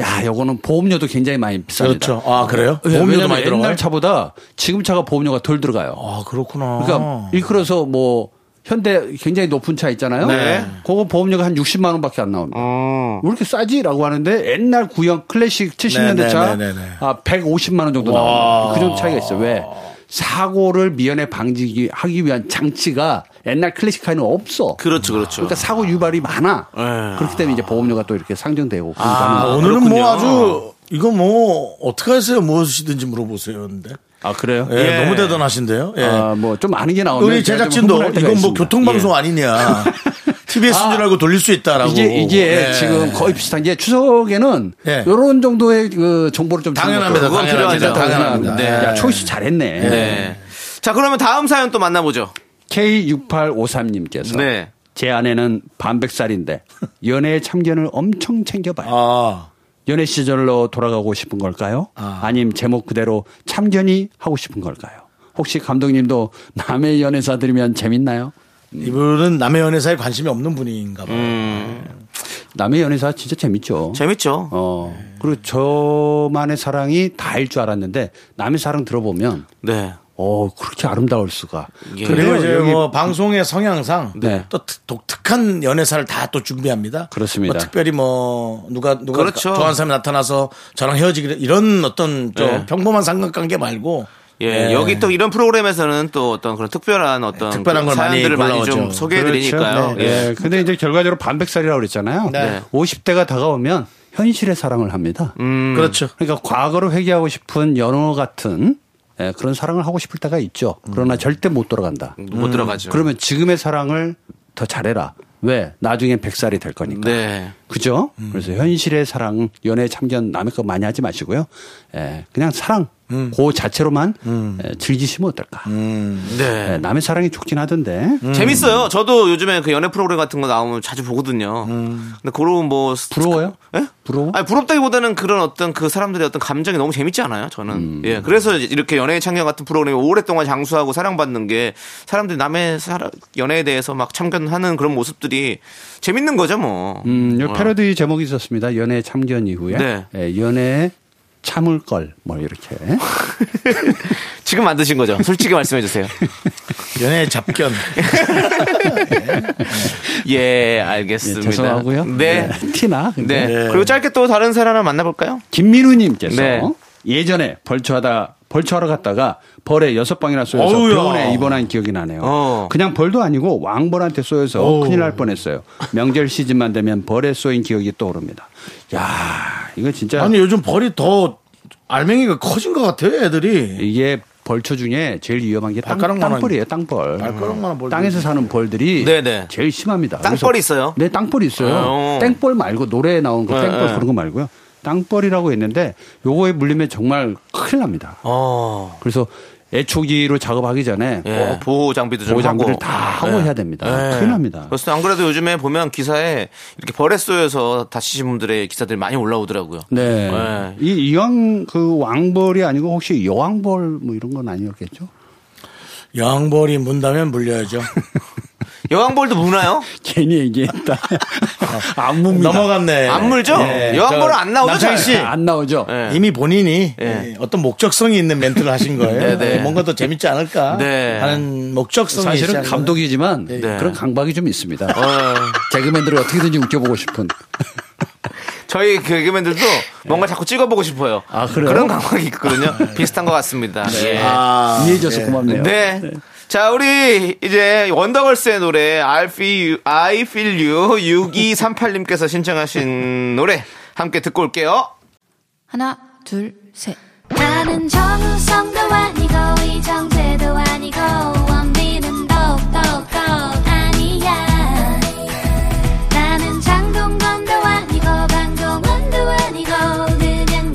Speaker 5: 야, 요거는 보험료도 굉장히 많이 비쌉니다.
Speaker 1: 그렇죠. 아 그래요?
Speaker 5: 네. 왜,
Speaker 1: 보험료도
Speaker 5: 왜냐면
Speaker 1: 많이 들어가요.
Speaker 5: 옛날 차보다 지금 차가 보험료가 덜 들어가요.
Speaker 1: 아 그렇구나.
Speaker 5: 그러니까 일컬어서 뭐 현대 굉장히 높은 차 있잖아요.
Speaker 2: 네.
Speaker 5: 그거 보험료가 한 60만 원밖에 안 나옵니다.
Speaker 2: 어.
Speaker 5: 왜 이렇게 싸지라고 하는데 옛날 구형 클래식 70년대
Speaker 1: 네,
Speaker 5: 차
Speaker 1: 네, 네, 네.
Speaker 5: 아, 150만 원 정도 나옵니다. 그 정도 차이가 있어요. 왜? 사고를 미연에 방지하기 위한 장치가 옛날 클래식카에는 없어.
Speaker 2: 그렇죠, 그렇죠.
Speaker 5: 그러니까 사고 유발이 많아.
Speaker 2: 네.
Speaker 5: 그렇기 때문에 이제 보험료가 또 이렇게 상정되고
Speaker 1: 아,
Speaker 5: 그러니까
Speaker 1: 오늘은
Speaker 2: 그렇군요.
Speaker 1: 뭐 아주 이거 뭐 어떻게 하세요? 무엇이든지 물어보세요. 근데
Speaker 5: 아 그래요?
Speaker 1: 예,
Speaker 2: 예.
Speaker 1: 너무 대단하신데요. 예.
Speaker 2: 네.
Speaker 5: 아, 뭐 좀 아는 게 나오면
Speaker 1: 우리
Speaker 5: 제가 좀
Speaker 1: 제작진도
Speaker 5: 흥분할 때가
Speaker 1: 이건 뭐
Speaker 5: 있습니다. 예. 아,
Speaker 1: 교통방송 아니냐. TBS인 줄 알고 돌릴 수 있다라고.
Speaker 5: 이게 이게
Speaker 1: 예.
Speaker 5: 지금 거의 비슷한 게 추석에는
Speaker 1: 예.
Speaker 5: 이런 정도의 그 정보를 좀 주는
Speaker 1: 당연합니다.
Speaker 5: 것도
Speaker 2: 그건
Speaker 1: 당연합니다.
Speaker 2: 필요하죠.
Speaker 1: 당연합니다.
Speaker 2: 네.
Speaker 5: 야, 초이씨 잘했네.
Speaker 2: 네. 자, 그러면 다음 사연 또 만나보죠.
Speaker 5: K6853님께서
Speaker 2: 네.
Speaker 5: 제 아내는 반백살인데 연애의 참견을 엄청 챙겨봐요.
Speaker 1: 아,
Speaker 5: 연애 시절로 돌아가고 싶은 걸까요?
Speaker 1: 아.
Speaker 5: 아. 님 제목 그대로 참견이 하고 싶은 걸까요? 혹시 감독님도 남의 연애사 들으면 재밌나요?
Speaker 1: 이분은 남의 연애사에 관심이 없는 분인가 봐요.
Speaker 5: 음, 남의 연애사 진짜 재밌죠.
Speaker 2: 음, 재밌죠?
Speaker 5: 어 그리고 저만의 사랑이 다일 줄 알았는데 남의 사랑 들어보면
Speaker 2: 네.
Speaker 5: 어 그렇게 아름다울 수가.
Speaker 2: 예.
Speaker 1: 그리고 이제
Speaker 5: 여기-
Speaker 1: 뭐 방송의 성향상
Speaker 5: 네.
Speaker 1: 또 특- 독특한 연애사를 다 또 준비합니다.
Speaker 5: 그렇습니다.
Speaker 1: 뭐 특별히 뭐 누가 누가
Speaker 2: 그렇죠.
Speaker 1: 좋아하는 사람이 나타나서 저랑 헤어지기 이런 어떤 저
Speaker 2: 네.
Speaker 1: 평범한 상관관계 말고
Speaker 2: 예,
Speaker 1: 예.
Speaker 2: 여기 또 이런 프로그램에서는 또 어떤 그런 특별한 어떤
Speaker 1: 특별한
Speaker 2: 그
Speaker 1: 걸 많이
Speaker 2: 사연들을 많이, 좀
Speaker 1: 골라오죠.
Speaker 2: 소개해드리니까요.
Speaker 1: 그렇죠.
Speaker 5: 예.
Speaker 1: 네.
Speaker 2: 예.
Speaker 5: 근데 이제 결과적으로 반백살이라고 그랬잖아요.
Speaker 1: 네.
Speaker 5: 50대가 다가오면 현실의 사랑을 합니다.
Speaker 2: 음.
Speaker 1: 그렇죠.
Speaker 5: 그러니까 과거를 회귀하고 싶은 연어 같은 예, 그런 사랑을 하고 싶을 때가 있죠. 그러나 절대 못 돌아간다.
Speaker 1: 음,
Speaker 2: 못 음. 들어가죠.
Speaker 5: 그러면 지금의 사랑을 더 잘해라. 왜? 나중엔 백살이 될 거니까.
Speaker 2: 네.
Speaker 5: 그죠? 그래서 현실의 사랑, 연애 참견 남의 거 많이 하지 마시고요. 예, 그냥 사랑
Speaker 2: 음.
Speaker 5: 그 자체로만 예, 즐기시면 어떨까.
Speaker 2: 네.
Speaker 5: 예, 남의 사랑이 좋긴 하던데.
Speaker 1: 음.
Speaker 2: 재밌어요. 저도 요즘에 그 연애 프로그램 같은 거 나오면 자주 보거든요.
Speaker 1: 음.
Speaker 2: 근데 그런 뭐 스-
Speaker 5: 부러워요?
Speaker 2: 예?
Speaker 5: 부러워?
Speaker 2: 아니 부럽다기보다는 그런 어떤 그 사람들의 어떤 감정이 너무 재밌지 않아요? 저는
Speaker 5: 음.
Speaker 2: 예 그래서 이렇게 연예인 참견 같은 프로그램이 오랫동안 장수하고 사랑받는 게 사람들이 남의 사랑, 연애에 대해서 막 참견하는 그런 모습들이 재밌는 거죠 뭐.
Speaker 5: 음, 요 패러디 제목이 있었습니다. 연애 참견 이후에
Speaker 2: 네.
Speaker 5: 예, 연애 참을 걸 뭐 이렇게.
Speaker 2: 지금 만드신 거죠? 솔직히 말씀해 주세요.
Speaker 1: 연애 잡견.
Speaker 2: 예
Speaker 5: 예,
Speaker 2: 알겠습니다.
Speaker 5: 죄송하고요.
Speaker 2: 네.
Speaker 5: 예, 티나. 근데.
Speaker 2: 네. 그리고 짧게 또 다른 사연 하나 만나볼까요?
Speaker 5: 김민우님께서
Speaker 2: 네.
Speaker 5: 예전에 벌초하다 벌초하러 갔다가 벌에 여섯 방이나 쏘여서
Speaker 1: 어우야.
Speaker 5: 병원에 입원한 기억이 나네요.
Speaker 2: 어.
Speaker 5: 그냥 벌도 아니고 왕벌한테 쏘여서 큰일 날 뻔했어요. 명절 시즌만 되면 벌에 쏘인 기억이 떠오릅니다. 야 이거 진짜
Speaker 1: 아니 요즘 벌이 더 알맹이가 커진 것 같아요, 애들이.
Speaker 5: 이게 벌초 중에 제일 위험한 게 땅,
Speaker 1: 발가락만한-
Speaker 5: 땅벌이에요. 땅벌.
Speaker 1: 발가락만한 벌.
Speaker 5: 땅에서 사는 벌들이
Speaker 2: 네네.
Speaker 5: 제일 심합니다.
Speaker 2: 땅벌이
Speaker 5: 그래서-
Speaker 2: 있어요?
Speaker 5: 네, 땅벌이 있어요.
Speaker 2: 어.
Speaker 5: 땡벌 말고 노래에 나온 거
Speaker 2: 네,
Speaker 5: 땡벌
Speaker 2: 네.
Speaker 5: 그런 거 말고요. 땅벌이라고 했는데 요거에 물리면 정말 큰일 납니다.
Speaker 2: 어.
Speaker 5: 그래서 애초기로 작업하기 전에
Speaker 2: 예, 보호 장비도 좀
Speaker 5: 보호 장비를
Speaker 2: 하고.
Speaker 5: 다 하고
Speaker 2: 예.
Speaker 5: 해야 됩니다.
Speaker 2: 예.
Speaker 5: 큰일 납니다.
Speaker 2: 그래서 안 그래도 요즘에 보면 기사에 이렇게 벌에쏘여서 다치신 분들의 기사들이 많이 올라오더라고요.
Speaker 5: 네.
Speaker 2: 예.
Speaker 5: 이 이왕 그 왕벌이 아니고 혹시 여왕벌 뭐 이런 건 아니었겠죠?
Speaker 1: 여왕벌이 문다면 물려야죠.
Speaker 2: 여왕벌도 무나요?
Speaker 5: 괜히 얘기했다. 안 뭡니다.
Speaker 1: 아, 넘어갔네. 예.
Speaker 2: 안 물죠? 여왕벌은
Speaker 1: 저,
Speaker 2: 안 나오죠?
Speaker 1: 남창희 씨.
Speaker 2: 잘?
Speaker 5: 아, 안 나오죠.
Speaker 2: 예.
Speaker 1: 이미 본인이
Speaker 2: 예.
Speaker 1: 어떤 목적성이 있는 멘트를 하신 거예요.
Speaker 2: 네, 네.
Speaker 1: 예, 뭔가 더 재밌지 않을까
Speaker 2: 네.
Speaker 1: 하는 목적성이
Speaker 5: 사실은
Speaker 1: 있지 않나.
Speaker 5: 감독이지만
Speaker 1: 예.
Speaker 2: 네.
Speaker 5: 그런 강박이 좀 있습니다.
Speaker 2: 어,
Speaker 5: 개그맨들을 어떻게든지 웃겨보고 싶은.
Speaker 2: 저희 개그맨들도 뭔가 자꾸 찍어보고 싶어요.
Speaker 5: 아, 그래요?
Speaker 2: 그런 감각이 있거든요. 비슷한 것 같습니다. 예.
Speaker 1: 아,
Speaker 5: 이해해줘서
Speaker 1: 예.
Speaker 5: 고맙네요.
Speaker 2: 네. 자, 우리 이제 원더걸스의 노래 I Feel You, I Feel You 6238님께서 신청하신 노래 함께 듣고 올게요.
Speaker 6: 하나, 둘, 셋.
Speaker 3: 나는 정우성도 아니고 이정재도 아니고 원빈은 더욱더 아니야 나는 장동건도 아니고 강동원도 아니고 그냥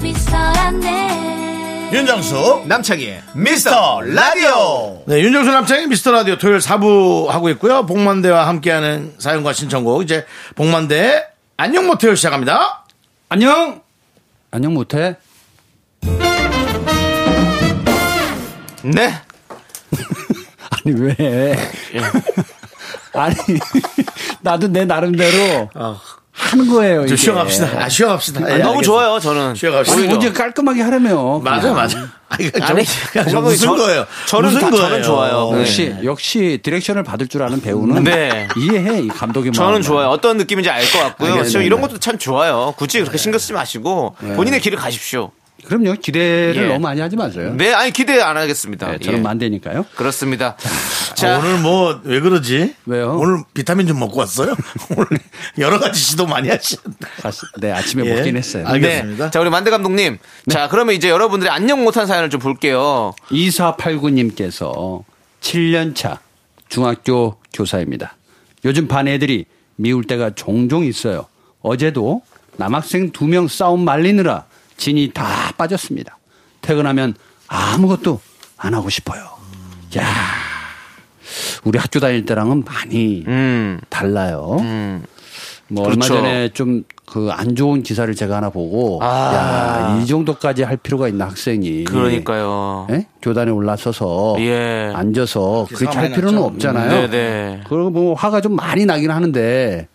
Speaker 3: 미스터 미스터란데
Speaker 1: 윤정수 남창희 미스터 라디오 네 윤정수 남창희 미스터 라디오 토요일 4부 하고 있고요 복만대와 함께하는 사연과 신청곡 이제 복만대 안녕 모태요 시작합니다
Speaker 5: 안녕! 안녕 못해?
Speaker 2: 네.
Speaker 5: 아니,
Speaker 1: 예.
Speaker 5: 왜? 아니, 나도 내 나름대로 하는
Speaker 1: 좀
Speaker 5: 거예요. 이게.
Speaker 1: 아. 쉬어갑시다 아, 쉬어갑시다 예,
Speaker 2: 너무
Speaker 1: 알겠습니다.
Speaker 2: 좋아요, 저는.
Speaker 1: 쉬어갑시다
Speaker 5: 아니, 언제 깔끔하게 하려며.
Speaker 1: 맞아요 음. 맞아요 아니, 그냥
Speaker 2: 아니,
Speaker 1: 좀- 그냥 좀
Speaker 2: 저는
Speaker 1: 웃은
Speaker 2: 저-
Speaker 1: 거예요
Speaker 2: 저는
Speaker 1: 웃은
Speaker 2: 다- 저는 좋아요. 네.
Speaker 5: 어, 역시, 역시 디렉션을 받을 줄 아는 배우는
Speaker 2: 네.
Speaker 5: 이해해, 이 감독의 마음.
Speaker 2: 저는 좋아요. 어떤 느낌인지 알 것 같고요.
Speaker 5: 네. 알겠습니다. 네.
Speaker 2: 지금 이런 것도 참 좋아요. 굳이 그렇게 신경 쓰지 마시고 본인의 길을 가십시오.
Speaker 5: 그럼요, 기대를
Speaker 2: 예.
Speaker 5: 너무 많이 하지 마세요.
Speaker 2: 네, 아니 기대 안 하겠습니다.
Speaker 5: 네, 저는
Speaker 2: 예.
Speaker 5: 만대니까요.
Speaker 2: 그렇습니다.
Speaker 1: 아,
Speaker 2: 자,
Speaker 1: 오늘 뭐 왜 그러지?
Speaker 5: 왜요?
Speaker 1: 오늘 비타민 좀 먹고 왔어요? 오늘 여러 가지 시도 많이 하시는데
Speaker 5: 다시- 네, 아침에
Speaker 1: 예.
Speaker 5: 먹긴 했어요.
Speaker 1: 알- 알겠습니다.
Speaker 2: 자, 우리 만대 감독님.
Speaker 5: 네.
Speaker 2: 자, 그러면 이제 여러분들이 안녕 못한 사연을 좀 볼게요.
Speaker 5: 2489님께서 7년차 중학교 교사입니다. 요즘 반 애들이 미울 때가 종종 있어요. 어제도 남학생 두 명 싸움 말리느라 진이 다 빠졌습니다. 퇴근하면 아무것도 안 하고 싶어요. 야 우리 학교 다닐 때랑은 많이
Speaker 2: 음.
Speaker 5: 달라요. 뭐
Speaker 2: 그렇죠.
Speaker 5: 얼마 전에 좀 그 안 좋은 기사를 제가 하나 보고
Speaker 2: 아.
Speaker 5: 야, 이 정도까지 할 필요가 있나 학생이.
Speaker 2: 그러니까요.
Speaker 5: 예? 교단에 올라서서
Speaker 2: 예. 음,
Speaker 5: 앉아서 그렇게 할
Speaker 1: 많이
Speaker 5: 필요는
Speaker 1: 났죠.
Speaker 5: 없잖아요.
Speaker 2: 네네.
Speaker 5: 그리고 뭐 화가 좀 많이 나긴 하는데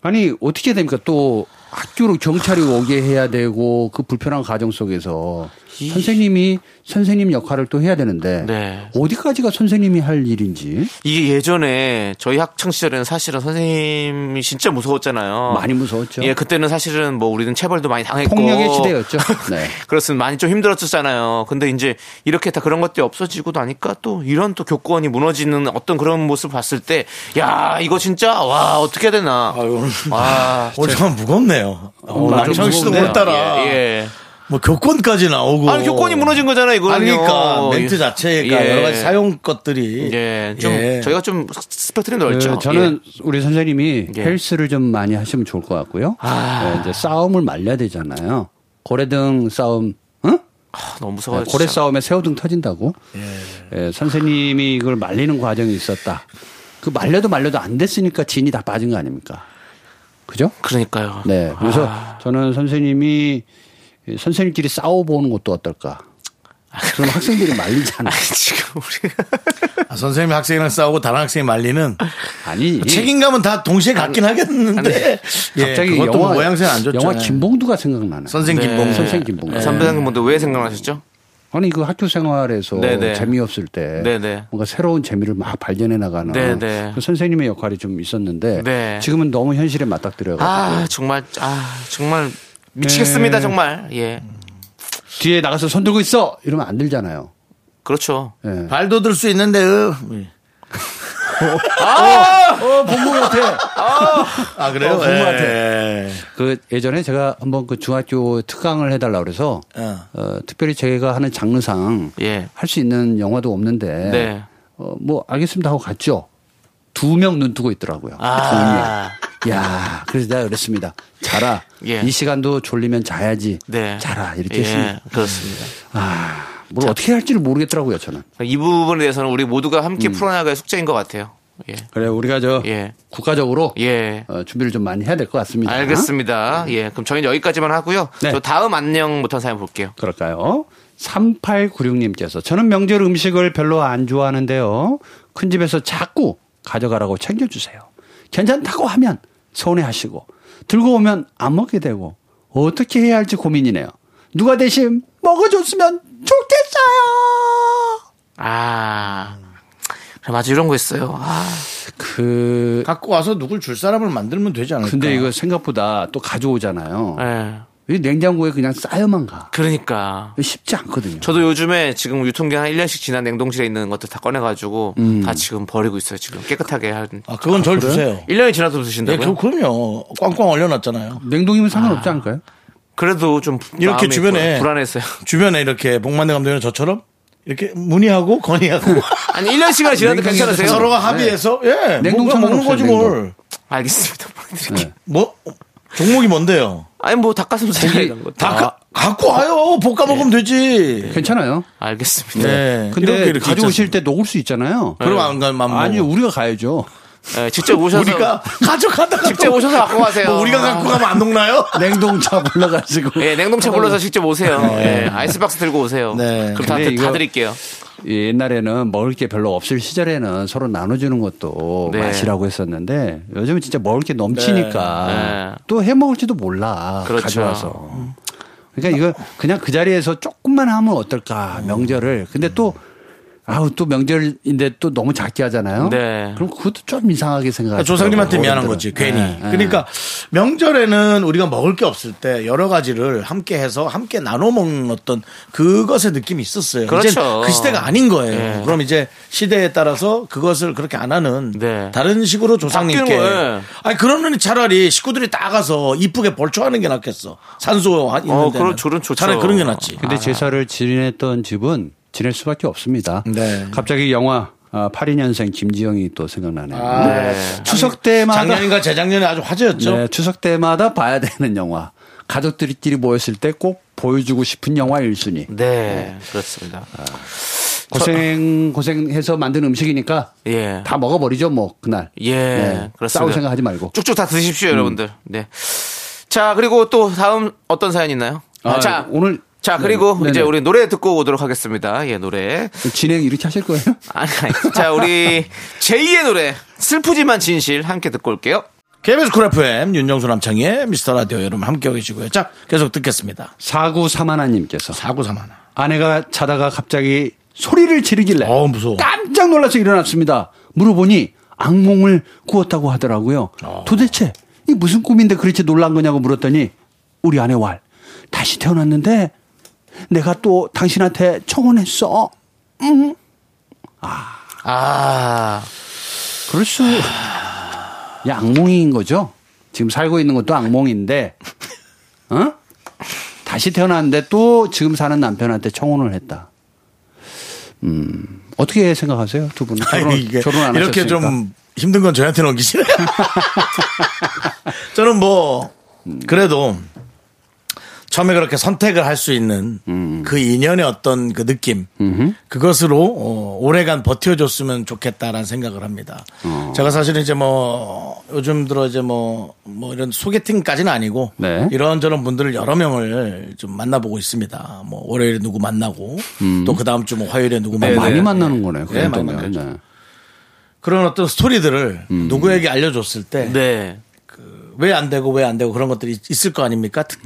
Speaker 5: 아니 어떻게 됩니까? 또 학교로 경찰이 오게 해야 되고 그 불편한 가정 속에서 선생님이 선생님 역할을 또 해야 되는데
Speaker 2: 네.
Speaker 5: 어디까지가 선생님이 할 일인지
Speaker 2: 이게 예전에 저희 학창 시절에는 사실은 선생님이 진짜 무서웠잖아요.
Speaker 5: 많이 무서웠죠.
Speaker 2: 예, 그때는 사실은 뭐 우리는 체벌도 많이 당했고
Speaker 5: 그렇죠. 폭력의 시대였죠. 네.
Speaker 2: 그렇습니다. 많이 좀 힘들었었잖아요. 근데 이제 이렇게 다 그런 것들이 없어지고 나니까 또 이런 또 교권이 무너지는 어떤 그런 모습을 봤을 때, 야, 이거 진짜, 와, 어떻게 해야 되나.
Speaker 1: 아유, 오늘
Speaker 2: 아,
Speaker 1: 오늘 정말 무겁네요. 어,
Speaker 2: 좀
Speaker 1: 남창 씨도
Speaker 2: 무섭네요.
Speaker 1: 오늘따라
Speaker 2: 예, 예.
Speaker 1: 뭐 교권까지 나오고.
Speaker 2: 아니, 교권이 무너진 거잖아요, 이거는.
Speaker 1: 아니, 그러니까 멘트 자체가 여러 가지 사용 것들이
Speaker 2: 예, 좀 저희가 좀 스펙트럼이 넓죠.
Speaker 5: 그 저는 우리 선생님이
Speaker 2: 그렇죠. 예.
Speaker 5: 헬스를 좀 많이 하시면 좋을 것 같고요. 네, 이제 싸움을 말려야 되잖아요. 고래등 싸움, 응? 네,
Speaker 2: 예. 아, 너무 무서워요.
Speaker 5: 고래
Speaker 2: 진짜.
Speaker 5: 싸움에 새우등 터진다고. 예, 선생님이 이걸 말리는 과정이 있었다. 그 말려도 말려도 안 됐으니까 진이 다 빠진 거 아닙니까? 그죠?
Speaker 2: 그러니까요.
Speaker 5: 네. 그래서 저는 선생님이 선생님끼리 싸워보는 것도 어떨까. 그럼 학생들이 말리잖아.
Speaker 2: 지금 우리
Speaker 1: 아, 선생님이 학생이랑 싸우고 다른 학생이 말리는
Speaker 5: 아니.
Speaker 1: 책임감은 다 동시에 갖긴 하겠는데 예,
Speaker 5: 갑자기
Speaker 1: 그것도
Speaker 5: 영화,
Speaker 1: 모양새는 안 좋죠. 예.
Speaker 5: 영화 김봉두가 생각나네.
Speaker 1: 선생
Speaker 2: 네.
Speaker 1: 김봉
Speaker 5: 선생 김봉.
Speaker 2: 네. 선배님 분들 왜 생각나셨죠?
Speaker 5: 아니 그 학교 생활에서
Speaker 2: 네네.
Speaker 5: 재미없을 때
Speaker 2: 네네.
Speaker 5: 뭔가 새로운 재미를 막 발견해 나가는
Speaker 2: 네네.
Speaker 5: 그 선생님의 역할이 좀 있었는데
Speaker 2: 네.
Speaker 5: 지금은 너무 현실에 맞닥뜨려가지고
Speaker 2: 아 정말 아 정말 미치겠습니다
Speaker 5: 네.
Speaker 2: 정말 예
Speaker 5: 뒤에 나가서 손 들고 있어 이러면 안 들잖아요.
Speaker 2: 그렇죠.
Speaker 5: 예.
Speaker 1: 발도 들 수 있는데 으.
Speaker 5: 본것 같아.
Speaker 1: 아 그래요?
Speaker 5: 어, 본것 같아.
Speaker 1: 예.
Speaker 5: 그 예전에 제가 한번 그 중학교 특강을 해달라 그래서
Speaker 1: 어.
Speaker 5: 어, 특별히 제가 하는 장르상
Speaker 2: 예.
Speaker 5: 할 수 있는 영화도 없는데
Speaker 2: 네.
Speaker 5: 어, 뭐 알겠습니다 하고 갔죠. 두 명 눈 뜨고 있더라고요.
Speaker 2: 아.
Speaker 5: 두 명. 야, 그래서 내가 그랬습니다. 자라.
Speaker 2: 예.
Speaker 5: 이 시간도 졸리면 자야지.
Speaker 2: 네.
Speaker 5: 자라 이렇게
Speaker 2: 예,
Speaker 5: 했습니다.
Speaker 2: 그렇습니다.
Speaker 5: 아, 뭘 어떻게 할지를 모르겠더라고요, 저는.
Speaker 2: 이 부분에 대해서는 우리 모두가
Speaker 5: 음.
Speaker 2: 함께 풀어나가야 숙제인 것 같아요. 예.
Speaker 5: 그래, 우리가 저
Speaker 2: 예.
Speaker 5: 국가적으로
Speaker 2: 예.
Speaker 5: 어, 준비를 좀 많이 해야 될 것 같습니다.
Speaker 2: 알겠습니다. 예. 그럼 저희는 여기까지만 하고요.
Speaker 5: 네.
Speaker 2: 또 다음 안녕 못한 사연 볼게요.
Speaker 5: 그럴까요? 3896님께서 저는 명절 음식을 별로 안 좋아하는데요. 큰 집에서 자꾸 가져가라고 챙겨주세요. 괜찮다고 하면 서운해하시고 들고 오면 안 먹게 되고 어떻게 해야 할지 고민이네요. 누가 대신 먹어줬으면 좋겠어요.
Speaker 2: 아. 그럼 아주 이런 거 있어요. 아,
Speaker 5: 그
Speaker 1: 갖고 와서 누굴 줄 사람을 만들면 되지 않을까?
Speaker 5: 근데 이거 생각보다 또 가져오잖아요.
Speaker 1: 네.
Speaker 2: 예.
Speaker 5: 이 냉장고에 그냥 쌓여만 가.
Speaker 2: 그러니까.
Speaker 5: 이거 쉽지 않거든요.
Speaker 2: 저도 요즘에 지금 유통기한 한 1년씩 지난 냉동실에 있는 것들 다 꺼내가지고
Speaker 5: 음.
Speaker 2: 다 지금 버리고 있어요. 지금 깨끗하게 한.
Speaker 1: 아, 그건 절 주세요.
Speaker 2: 1년이 지나도
Speaker 1: 네,
Speaker 2: 드신다고요?
Speaker 1: 그, 그럼요. 꽝꽝 얼려놨잖아요.
Speaker 5: 냉동이면 상관없지 않을까요?
Speaker 2: 그래도 좀
Speaker 1: 이렇게
Speaker 2: 마음이
Speaker 1: 주변에-
Speaker 2: 불- 불안했어요.
Speaker 1: 주변에 이렇게 복만대 감독이나 저처럼 이렇게 문의하고 건의하고
Speaker 2: 아니 1년씩이나 지나도 괜찮으세요?
Speaker 1: 서로가 합의해서 예
Speaker 5: 네. 냉동창
Speaker 1: 뭔가 먹는 거지
Speaker 5: 없어요,
Speaker 1: 뭘.
Speaker 2: 알겠습니다. 보내드릴게요.
Speaker 5: 네.
Speaker 1: 뭐 종목이 뭔데요?
Speaker 2: 아니 뭐 닭가슴살 이런 아, 거.
Speaker 5: 아.
Speaker 1: 다 가- 갖고 와요. 볶아 먹으면 되지.
Speaker 5: 괜찮아요.
Speaker 2: 알겠습니다.
Speaker 1: 네.
Speaker 5: 네. 근데
Speaker 1: 이렇게 이렇게
Speaker 5: 가져오실 때 녹을 수 있잖아요.
Speaker 2: 네.
Speaker 1: 그럼 안 가면
Speaker 5: 아니 우리가 가야죠.
Speaker 2: 예, 직접 오셔서
Speaker 1: 우리가 가져가다가
Speaker 2: 직접
Speaker 1: 또-
Speaker 2: 오셔서 갖고 가세요.
Speaker 1: 뭐 우리가 갖고 가면 안 녹나요?
Speaker 5: 냉동차 불러가지고.
Speaker 2: 예, 냉동차 불러서 직접 오세요. 예, 아이스박스 들고 오세요.
Speaker 1: 네.
Speaker 2: 그럼 다,
Speaker 5: 어. 네. 근데
Speaker 2: 다
Speaker 5: 이거-
Speaker 2: 드릴게요.
Speaker 5: 예, 옛날에는 먹을 게 별로 없을 시절에는 서로 나눠주는 것도
Speaker 2: 네.
Speaker 5: 맛이라고 했었는데 요즘은 진짜 먹을 게 넘치니까
Speaker 2: 네. 네.
Speaker 5: 또 해 먹을지도 몰라
Speaker 2: 그렇죠.
Speaker 5: 가져와서. 그러니까 이거 그냥 그 자리에서 조금만 하면 어떨까 명절을. 근데 또 아우 또 명절인데 또 너무 작게 하잖아요.
Speaker 2: 네.
Speaker 5: 그럼 그것도 좀 이상하게 네. 생각.
Speaker 1: 아, 조상님한테 미안한 거지 괜히.
Speaker 2: 네.
Speaker 1: 그러니까 명절에는 우리가 먹을 게 없을 때 여러 가지를 함께 해서 함께 나눠 먹는 어떤 그것의 느낌이 있었어요.
Speaker 2: 그렇죠.
Speaker 1: 이제 그 시대가 아닌 거예요.
Speaker 2: 예.
Speaker 1: 그럼 이제 시대에 따라서 그것을 그렇게 안 하는
Speaker 2: 네.
Speaker 1: 다른 식으로 조상님께.
Speaker 2: 바뀌는 거예요. 네.
Speaker 1: 아니 그러면 차라리 식구들이 다 가서 이쁘게 벌초하는 게 낫겠어. 산소 있는
Speaker 2: 어,
Speaker 1: 데는.
Speaker 2: 그럼 줄은 좋죠.
Speaker 1: 차라리 그런 게 낫지. 아.
Speaker 2: 아.
Speaker 5: 근데 제사를 지냈던 집은 지낼 수밖에 없습니다.
Speaker 1: 네.
Speaker 5: 갑자기 영화 아, 82년생 김지영이 또 아, 생각나네요.
Speaker 2: 네.
Speaker 5: 추석 때마다
Speaker 1: 작년인가 재작년에 아주 화제였죠.
Speaker 5: 네, 추석 때마다 봐야 되는 영화. 가족들끼리 모였을 때 꼭 보여주고 싶은 영화 1순위.
Speaker 2: 네, 그렇습니다.
Speaker 5: 아, 고생 고생해서 만든 음식이니까
Speaker 2: 예.
Speaker 5: 다 먹어버리죠 뭐 그날.
Speaker 2: 예,
Speaker 5: 네,
Speaker 2: 그렇습니다.
Speaker 5: 싸울 생각하지 음. 말고.
Speaker 2: 쭉쭉 다 드십시오, 여러분들. 네. 자, 그리고 또 다음 어떤 사연 있나요?
Speaker 5: 아,
Speaker 2: 자,
Speaker 5: 오늘
Speaker 2: 자, 그리고
Speaker 5: 네네.
Speaker 2: 이제 우리 노래 듣고 오도록 하겠습니다. 예, 노래.
Speaker 5: 진행 이렇게 하실 거예요?
Speaker 2: 아니, 아니. 자, 우리 제2의 노래. 슬프지만 진실 함께 듣고 올게요.
Speaker 1: KBS 쿨 FM 윤정수 남창희의 미스터 라디오 여러분 함께하고 계시고요. 자 계속 듣겠습니다.
Speaker 5: 4931님께서
Speaker 1: 사구사만화.
Speaker 5: 아내가 자다가 갑자기 소리를 지르길래
Speaker 1: 어 무서워.
Speaker 5: 깜짝 놀라서 일어났습니다. 물어보니 악몽을 꾸었다고 하더라고요.
Speaker 1: 아.
Speaker 5: 도대체 이 무슨 꿈인데 그렇게 놀란 거냐고 물었더니 우리 아내 왈 다시 태어났는데 내가 또 당신한테 청혼했어.
Speaker 2: 아,
Speaker 5: 그럴 수. 이 악몽인 거죠. 지금 살고 있는 것도 악몽인데, 어? 다시 태어났는데 또 지금 사는 남편한테 청혼을 했다. 음, 어떻게 생각하세요? 두 분은 결혼,
Speaker 1: 아니, 이게
Speaker 5: 결혼 안
Speaker 1: 이렇게
Speaker 5: 하셨으니까.
Speaker 1: 좀 힘든 건 저희한테 넘기시네요. 저는 뭐 그래도 처음에 그렇게 선택을 할 수 있는
Speaker 5: 음.
Speaker 1: 그 인연의 어떤 그 느낌 그것으로 어, 오래간 버텨줬으면 좋겠다라는 생각을 합니다.
Speaker 5: 어.
Speaker 1: 제가 사실 이제 뭐 요즘 들어 이제 뭐, 뭐 이런 소개팅까지는 아니고
Speaker 5: 네.
Speaker 1: 이런저런 분들을 여러 명을 좀 만나보고 있습니다. 뭐 월요일에 누구 만나고 또 그 다음 주 뭐 화요일에 누구 만나고
Speaker 5: 아, 네, 많이 만나는 거네요. 그
Speaker 1: 네,
Speaker 5: 정도면.
Speaker 1: 많이 만나죠.
Speaker 5: 네.
Speaker 1: 그런 어떤 스토리들을 누구에게 알려줬을 때 왜 안
Speaker 2: 네.
Speaker 1: 되고 왜 안 되고 그런 것들이 있- 있을 거 아닙니까? 특-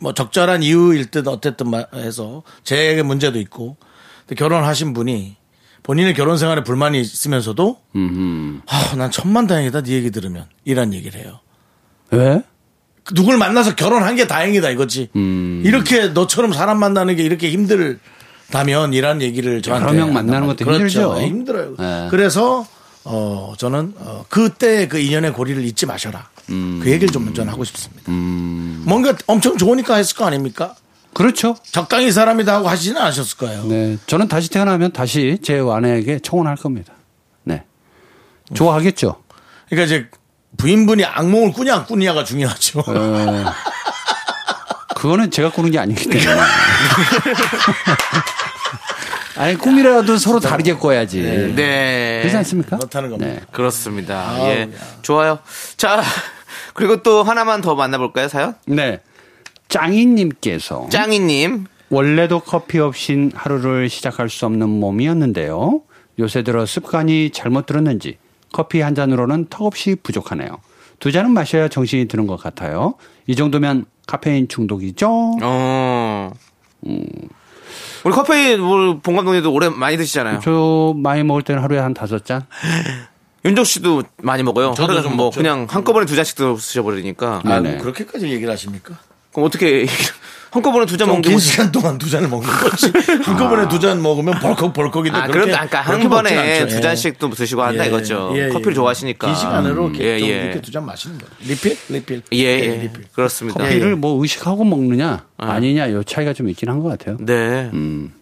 Speaker 1: 뭐 적절한 이유일 듯 어쨌든 마- 해서 제 문제도 있고 근데 결혼하신 분이 본인의 결혼 생활에 불만이 있으면서도 아, 난 천만 다행이다 네 얘기 들으면 이런 얘기를 해요.
Speaker 5: 왜?
Speaker 1: 그 누굴 만나서 결혼한 게 다행이다 이거지.
Speaker 5: 음.
Speaker 1: 이렇게 너처럼 사람 만나는 게 이렇게 힘들다면 이라는 얘기를 저한테
Speaker 5: 여러 명
Speaker 1: 한단
Speaker 5: 만나는 것도
Speaker 1: 말이에요. 그렇죠.
Speaker 5: 힘들죠.
Speaker 1: 힘들어요.
Speaker 5: 네.
Speaker 1: 그래서 어 저는 어, 그때 그 인연의 고리를 잊지 마셔라.
Speaker 5: 음.
Speaker 1: 그 얘기를 좀 저는 하고 싶습니다. 뭔가 엄청 좋으니까 했을 거 아닙니까?
Speaker 5: 그렇죠.
Speaker 1: 적당히 이 사람이다 하고 하시지는 않으셨을 거예요.
Speaker 5: 네. 저는 다시 태어나면 다시 제 아내에게 청혼할 겁니다. 네. 좋아하겠죠.
Speaker 1: 그러니까 이제 부인분이 악몽을 꾸냐 안 꾸냐가 중요하죠.
Speaker 5: 어, 그거는 제가 꾸는 게 아니기 때문에. 아니 꿈이라도 서로 다르게 꿔야지.
Speaker 2: 네.
Speaker 5: 그렇지 않습니까?
Speaker 1: 그렇다는 겁니다.
Speaker 5: 네.
Speaker 2: 그렇습니다. 예.
Speaker 1: 네.
Speaker 2: 좋아요. 자, 그리고 또 하나만 더 만나볼까요, 사연?
Speaker 5: 네. 짱이님께서
Speaker 2: 짱이님.
Speaker 5: 원래도 커피 없인 하루를 시작할 수 없는 몸이었는데요. 요새 들어 습관이 잘못 들었는지 커피 한 잔으로는 턱없이 부족하네요. 두 잔은 마셔야 정신이 드는 것 같아요. 이 정도면 카페인 중독이죠?
Speaker 2: 어.
Speaker 1: 음.
Speaker 2: 우리 커피인, 우리 봉 감독님도 오래 많이 드시잖아요.
Speaker 5: 저 많이 먹을 때는 하루에 한 다섯 잔?
Speaker 2: 윤정 씨도 많이 먹어요.
Speaker 1: 저도
Speaker 2: 하루에
Speaker 1: 좀
Speaker 2: 뭐
Speaker 1: 먹죠.
Speaker 2: 그냥 한꺼번에 두 잔씩 도 드셔버리니까.
Speaker 1: 아,
Speaker 5: 네네.
Speaker 1: 그렇게까지 얘기를 하십니까?
Speaker 2: 그럼 어떻게 한꺼번에 두 잔
Speaker 1: 좀
Speaker 2: 먹는 게
Speaker 1: 긴 시간 동안 두 잔을 먹는 거지. 한꺼번에 두 잔 먹으면 벌컥 벌컥인데
Speaker 2: 아,
Speaker 1: 그렇게
Speaker 2: 그래도
Speaker 1: 그렇게
Speaker 2: 아까 한
Speaker 1: 먹진
Speaker 2: 번에
Speaker 1: 않죠.
Speaker 2: 두 잔씩 또 드시고 한다
Speaker 1: 예.
Speaker 2: 이거죠.
Speaker 1: 예, 예.
Speaker 2: 커피를 좋아하시니까.
Speaker 1: 긴 시간으로 이렇게
Speaker 2: 예,
Speaker 1: 좀
Speaker 2: 예.
Speaker 1: 이렇게 두 잔 마시는 거. 리필, 리필.
Speaker 2: 예, 예.
Speaker 1: 리필.
Speaker 2: 그렇습니다.
Speaker 1: 예.
Speaker 5: 커피를 뭐 의식하고 먹느냐 아니냐 요 차이가 좀 있긴 한 것 같아요.
Speaker 2: 네.
Speaker 1: 음.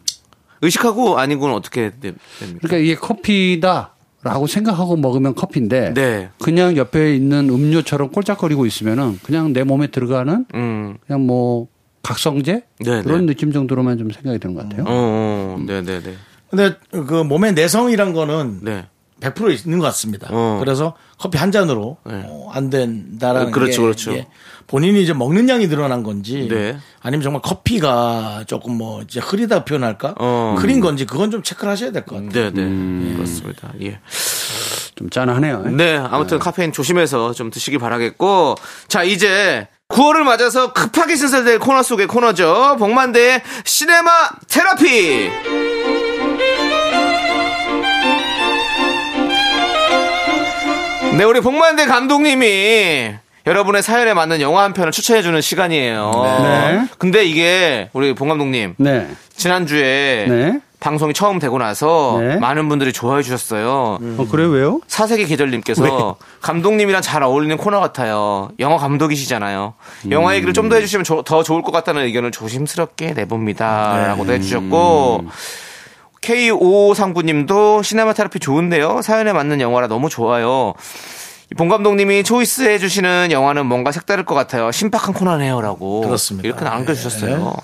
Speaker 2: 의식하고 아닌 건 어떻게 되- 됩니까?
Speaker 5: 그러니까 이게 커피다라고 생각하고 먹으면 커피인데
Speaker 2: 네.
Speaker 5: 그냥 옆에 있는 음료처럼 꼴짝거리고 있으면은 그냥 내 몸에 들어가는
Speaker 2: 음.
Speaker 5: 그냥 뭐 각성제
Speaker 2: 네,
Speaker 5: 그런
Speaker 2: 네.
Speaker 5: 느낌 정도로만 좀 생각이 드는 것 같아요.
Speaker 2: 어, 어, 네, 네, 네.
Speaker 1: 근데 그 몸의 내성이란 거는
Speaker 2: 네.
Speaker 1: 100% 있는 것 같습니다.
Speaker 2: 어.
Speaker 1: 그래서 커피 한 잔으로
Speaker 2: 네.
Speaker 1: 어, 안 된다라는
Speaker 2: 어, 그렇죠,
Speaker 1: 게
Speaker 2: 그렇죠.
Speaker 1: 이게 본인이 이제 먹는 양이 늘어난 건지
Speaker 2: 네.
Speaker 1: 아니면 정말 커피가 조금 뭐 이제 흐리다 표현할까
Speaker 2: 어.
Speaker 1: 흐린 건지 그건 좀 체크를 하셔야 될 것 같아요.
Speaker 2: 네, 네.
Speaker 1: 음.
Speaker 2: 그렇습니다. 예.
Speaker 5: 좀 짠하네요.
Speaker 2: 네, 아무튼 카페인 조심해서 좀 드시길 바라겠고. 자, 이제 9월을 맞아서 급하게 신설될 코너 속의 코너죠. 복만대의 시네마 테라피! 네, 우리 복만대 감독님이 여러분의 사연에 맞는 영화 한 편을 추천해주는 시간이에요.
Speaker 5: 네.
Speaker 2: 근데 이게 우리 봉 감독님,
Speaker 5: 네.
Speaker 2: 지난주에
Speaker 5: 네.
Speaker 2: 방송이 처음 되고 나서
Speaker 5: 네.
Speaker 2: 많은 분들이 좋아해 주셨어요.
Speaker 5: 어, 그래 왜요?
Speaker 2: 사색의 계절님께서
Speaker 1: 네.
Speaker 2: 감독님이랑 잘 어울리는 코너 같아요. 영화 감독이시잖아요. 영화 얘기를 좀 더
Speaker 1: 음.
Speaker 2: 해주시면 조- 더 좋을 것 같다는 의견을 조심스럽게
Speaker 1: 네.
Speaker 2: 내봅니다라고도 해주셨고
Speaker 1: 음.
Speaker 2: K5539님도 시네마 테라피 좋은데요. 사연에 맞는 영화라 너무 좋아요. 본 감독님이 초이스 해주시는 영화는 뭔가 색다를 것 같아요. 신박한 코너네요라고
Speaker 1: 그렇습니다.
Speaker 2: 이렇게 남겨주셨어요.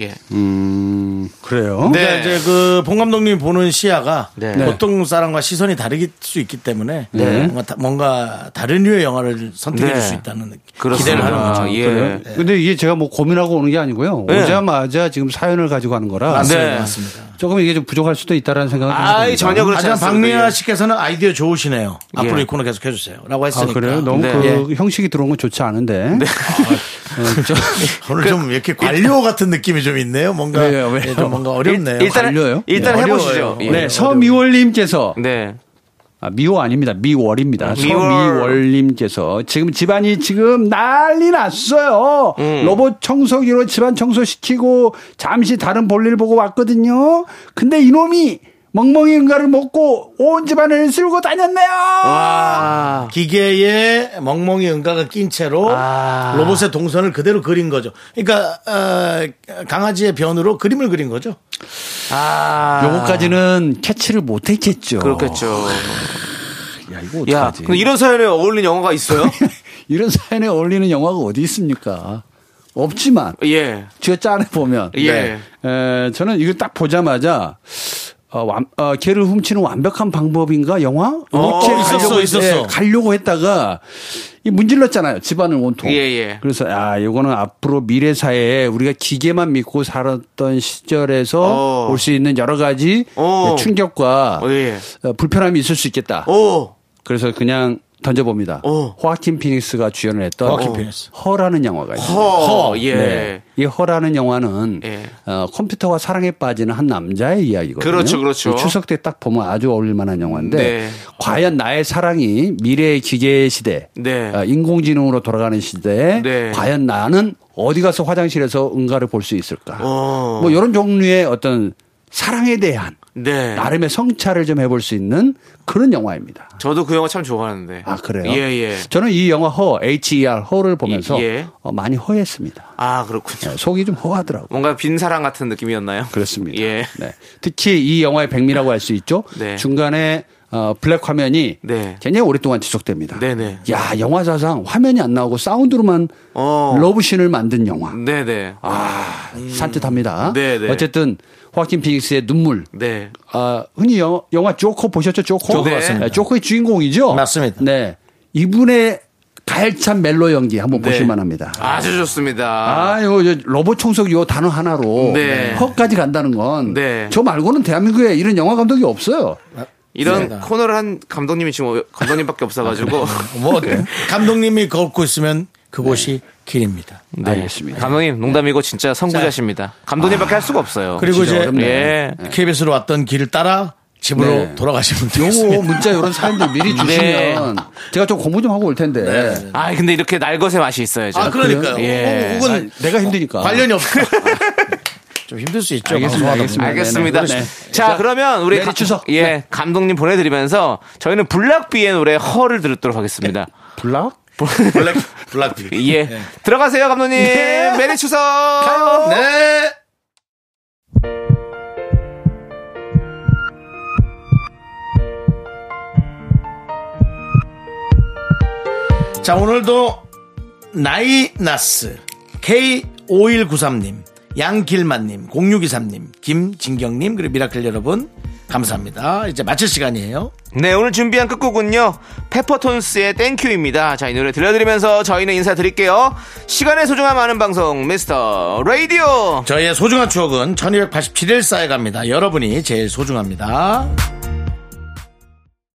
Speaker 2: 예.
Speaker 5: 음 그래요.
Speaker 2: 네.
Speaker 1: 그러니까 이제 그 봉 감독님이 보는 시야가
Speaker 2: 네.
Speaker 1: 보통 사람과 시선이 다를 수 있기 때문에
Speaker 5: 네.
Speaker 1: 뭔가, 다- 뭔가 다른 류의 영화를 선택해
Speaker 2: 네.
Speaker 1: 줄 수 있다는 느낌.
Speaker 2: 그렇습니다.
Speaker 1: 기대를 하는 거죠.
Speaker 2: 예.
Speaker 5: 어, 그래요? 근데 이게 제가 뭐 고민하고 오는 게 아니고요.
Speaker 2: 네.
Speaker 5: 오자마자 지금 사연을 가지고 하는 거라
Speaker 1: 맞습니다.
Speaker 2: 네.
Speaker 1: 맞습니다.
Speaker 5: 조금 이게 좀 부족할 수도 있다라는 생각을 좀
Speaker 2: 아이
Speaker 5: 해봅니다.
Speaker 2: 전혀 그렇지
Speaker 1: 하지만
Speaker 2: 않습니다.
Speaker 1: 박미아
Speaker 2: 예.
Speaker 1: 씨께서는 아이디어 좋으시네요. 앞으로
Speaker 2: 예.
Speaker 1: 이 코너 계속 해주세요. 라고
Speaker 5: 아
Speaker 1: 했으니까.
Speaker 5: 그래요? 너무
Speaker 2: 네.
Speaker 5: 그 형식이 들어온 건 좋지 않은데. 네, 어, 저-
Speaker 2: 그
Speaker 1: 오늘 좀 이렇게 관료 같은 느낌이 좀 있네요. 뭔가
Speaker 5: 왜요, 왜요?
Speaker 1: 예, 좀 뭔가 어렵네요.
Speaker 2: 일단
Speaker 5: 걸려요?
Speaker 2: 일단
Speaker 1: 네.
Speaker 2: 해보시죠.
Speaker 1: 어려워요.
Speaker 2: 예.
Speaker 5: 네, 서미월님께서
Speaker 2: 네.
Speaker 5: 아, 미호 아닙니다. 미월입니다.
Speaker 2: 미월.
Speaker 5: 서미월님께서 지금 집안이 지금 난리 났어요. 로봇 청소기로 집안 청소시키고 잠시 다른 볼일 보고 왔거든요. 근데 이놈이 멍멍이 응가를 먹고 온 집안을 쓸고 다녔네요.
Speaker 2: 아,
Speaker 1: 기계에 멍멍이 응가가 낀 채로
Speaker 2: 아.
Speaker 1: 로봇의 동선을 그대로 그린 거죠. 그러니까 어, 강아지의 변으로 그림을 그린 거죠.
Speaker 2: 아.
Speaker 5: 요거까지는 캐치를 못했겠죠.
Speaker 2: 그렇겠죠.
Speaker 5: 야, 이거
Speaker 2: 야,
Speaker 5: 어떡하지?
Speaker 2: 근데 이런 사연에 어울리는 영화가 있어요?
Speaker 5: 이런 사연에 어울리는 영화가 어디 있습니까? 없지만
Speaker 2: 예.
Speaker 5: 쥐어 짠해 보면. 네.
Speaker 2: 예.
Speaker 5: 에, 저는 이걸 딱 보자마자 어, 완, 어, 걔를 훔치는 완벽한 방법인가 영화?
Speaker 2: 어,
Speaker 5: 업체에
Speaker 1: 있었어,
Speaker 5: 가려고 했-
Speaker 1: 있었어.
Speaker 5: 예, 가려고 했다가 이 문질렀잖아요. 집안을 온통.
Speaker 2: 예, 예.
Speaker 5: 그래서 아 이거는 앞으로 미래 사회에 우리가 기계만 믿고 살았던 시절에서
Speaker 2: 어.
Speaker 5: 올 수 있는 여러 가지
Speaker 2: 어.
Speaker 5: 충격과
Speaker 2: 어, 예.
Speaker 5: 어, 불편함이 있을 수
Speaker 1: 어.
Speaker 5: 있겠다.
Speaker 2: 오.
Speaker 5: 그래서 그냥 던져봅니다.
Speaker 2: 어.
Speaker 5: 호아킨 피닉스가 주연을 했던
Speaker 1: 호아킨 피닉스.
Speaker 5: 허라는 영화가 있어요.
Speaker 2: 허. 예.
Speaker 5: 네. 이 허라는 영화는
Speaker 2: 예.
Speaker 5: 어, 컴퓨터와 사랑에 빠지는 한 남자의 이야기거든요.
Speaker 2: 그렇죠, 그렇죠.
Speaker 5: 이 추석 때 딱 보면 아주 어울릴 만한 영화인데
Speaker 2: 네.
Speaker 5: 과연 나의 사랑이 미래의 기계 시대,
Speaker 2: 네.
Speaker 5: 어, 인공지능으로 돌아가는 시대에
Speaker 2: 네.
Speaker 5: 과연 나는 어디 가서 화장실에서 응가를 볼 수 있을까?
Speaker 2: 어.
Speaker 5: 뭐 이런 종류의 어떤 사랑에 대한
Speaker 2: 네.
Speaker 5: 나름의 성찰을 좀 해볼 수 있는 그런 영화입니다.
Speaker 2: 저도 그 영화 참 좋아하는데.
Speaker 5: 아 그래요?
Speaker 2: 예, 예.
Speaker 5: 저는 이 영화 허 H.E.R. 허를 보면서
Speaker 2: 예.
Speaker 5: 어, 많이 허했습니다.
Speaker 2: 아, 그렇군요.
Speaker 5: 네, 속이 좀 허하더라고. 요
Speaker 2: 뭔가 빈 사랑 같은 느낌이었나요?
Speaker 5: 그렇습니다.
Speaker 2: 예.
Speaker 5: 네. 특히 이 영화의 백미라고 할 수 있죠.
Speaker 2: 네.
Speaker 5: 중간에 어, 어, 블랙 화면이
Speaker 2: 네.
Speaker 5: 굉장히 오랫동안 지속됩니다.
Speaker 2: 네네.
Speaker 5: 야 영화 사상 화면이 안 나오고 사운드로만
Speaker 2: 어.
Speaker 5: 러브신을 만든 영화.
Speaker 2: 네네.
Speaker 5: 아 산뜻합니다.
Speaker 2: 네네.
Speaker 5: 어쨌든 화킨 피닉스의 눈물.
Speaker 2: 네.
Speaker 5: 아, 흔히 영, 영화 조커 보셨죠? 조커.
Speaker 2: 조커 네. 봤습니다.
Speaker 5: 네, 조커의 주인공이죠.
Speaker 1: 맞습니다.
Speaker 5: 네. 이분의 갈찬 멜로 연기 한번
Speaker 2: 네.
Speaker 5: 보실만 합니다.
Speaker 2: 아주 좋습니다.
Speaker 5: 아, 요요 로봇 청소기 요 단어 하나로
Speaker 2: 네.
Speaker 5: 헛까지 간다는 건 저
Speaker 2: 네.
Speaker 5: 말고는 대한민국에 이런 영화 감독이 없어요.
Speaker 2: 이런
Speaker 1: 네.
Speaker 2: 코너를 한 감독님이 지금 어- 감독님밖에 없어가지고.
Speaker 1: 뭐
Speaker 2: 네.
Speaker 1: 감독님이 걷고 있으면 그곳이 길입니다.
Speaker 2: 네.
Speaker 5: 알겠습니다. 네.
Speaker 2: 감독님 농담이고 진짜 선구자십니다. 감독님밖에 할 수가 없어요.
Speaker 1: 그리고
Speaker 5: 진짜
Speaker 1: 이제
Speaker 5: 아, 어렵네요.
Speaker 2: 예.
Speaker 1: KBS로 왔던 길을 따라 집으로
Speaker 5: 네.
Speaker 1: 돌아가시면
Speaker 5: 요거
Speaker 1: 되겠습니다. 네.
Speaker 5: 문자 요런 사연들 미리 주시면 제가 좀 공부 좀 하고 올 텐데.
Speaker 2: 아 근데 이렇게 날것의 맛이 있어야죠.
Speaker 1: 아 그러니까요.
Speaker 2: 예.
Speaker 1: 혹은
Speaker 5: 아니, 내가 힘드니까.
Speaker 1: 관련이 없어. 좀 힘들 수 있죠.
Speaker 5: 알겠습니다.
Speaker 1: 방송하다
Speaker 5: 알겠습니다.
Speaker 1: 보면.
Speaker 2: 알겠습니다.
Speaker 5: 네, 네.
Speaker 2: 자, 그러면 우리
Speaker 5: 메리
Speaker 2: 감-
Speaker 5: 추석. 네.
Speaker 2: 예 감독님 보내드리면서 저희는 블락비의 노래 허를 들었도록 하겠습니다.
Speaker 5: 블락?
Speaker 1: 블랙 블락비.
Speaker 2: 예
Speaker 5: 네.
Speaker 2: 들어가세요 감독님. 메리 추석.
Speaker 1: 네. 자, 오늘도 나이나스 K5193님, 양길만님, 0623님, 김진경님, 그리고 미라클 여러분, 감사합니다. 이제 마칠 시간이에요.
Speaker 2: 네 오늘 준비한 끝곡은요 페퍼톤스의 땡큐입니다. 자 이 노래 들려드리면서 저희는 인사드릴게요. 시간의 소중함 아는 방송 미스터 라디오.
Speaker 1: 저희의 소중한 추억은 1287일 쌓여갑니다. 여러분이 제일 소중합니다.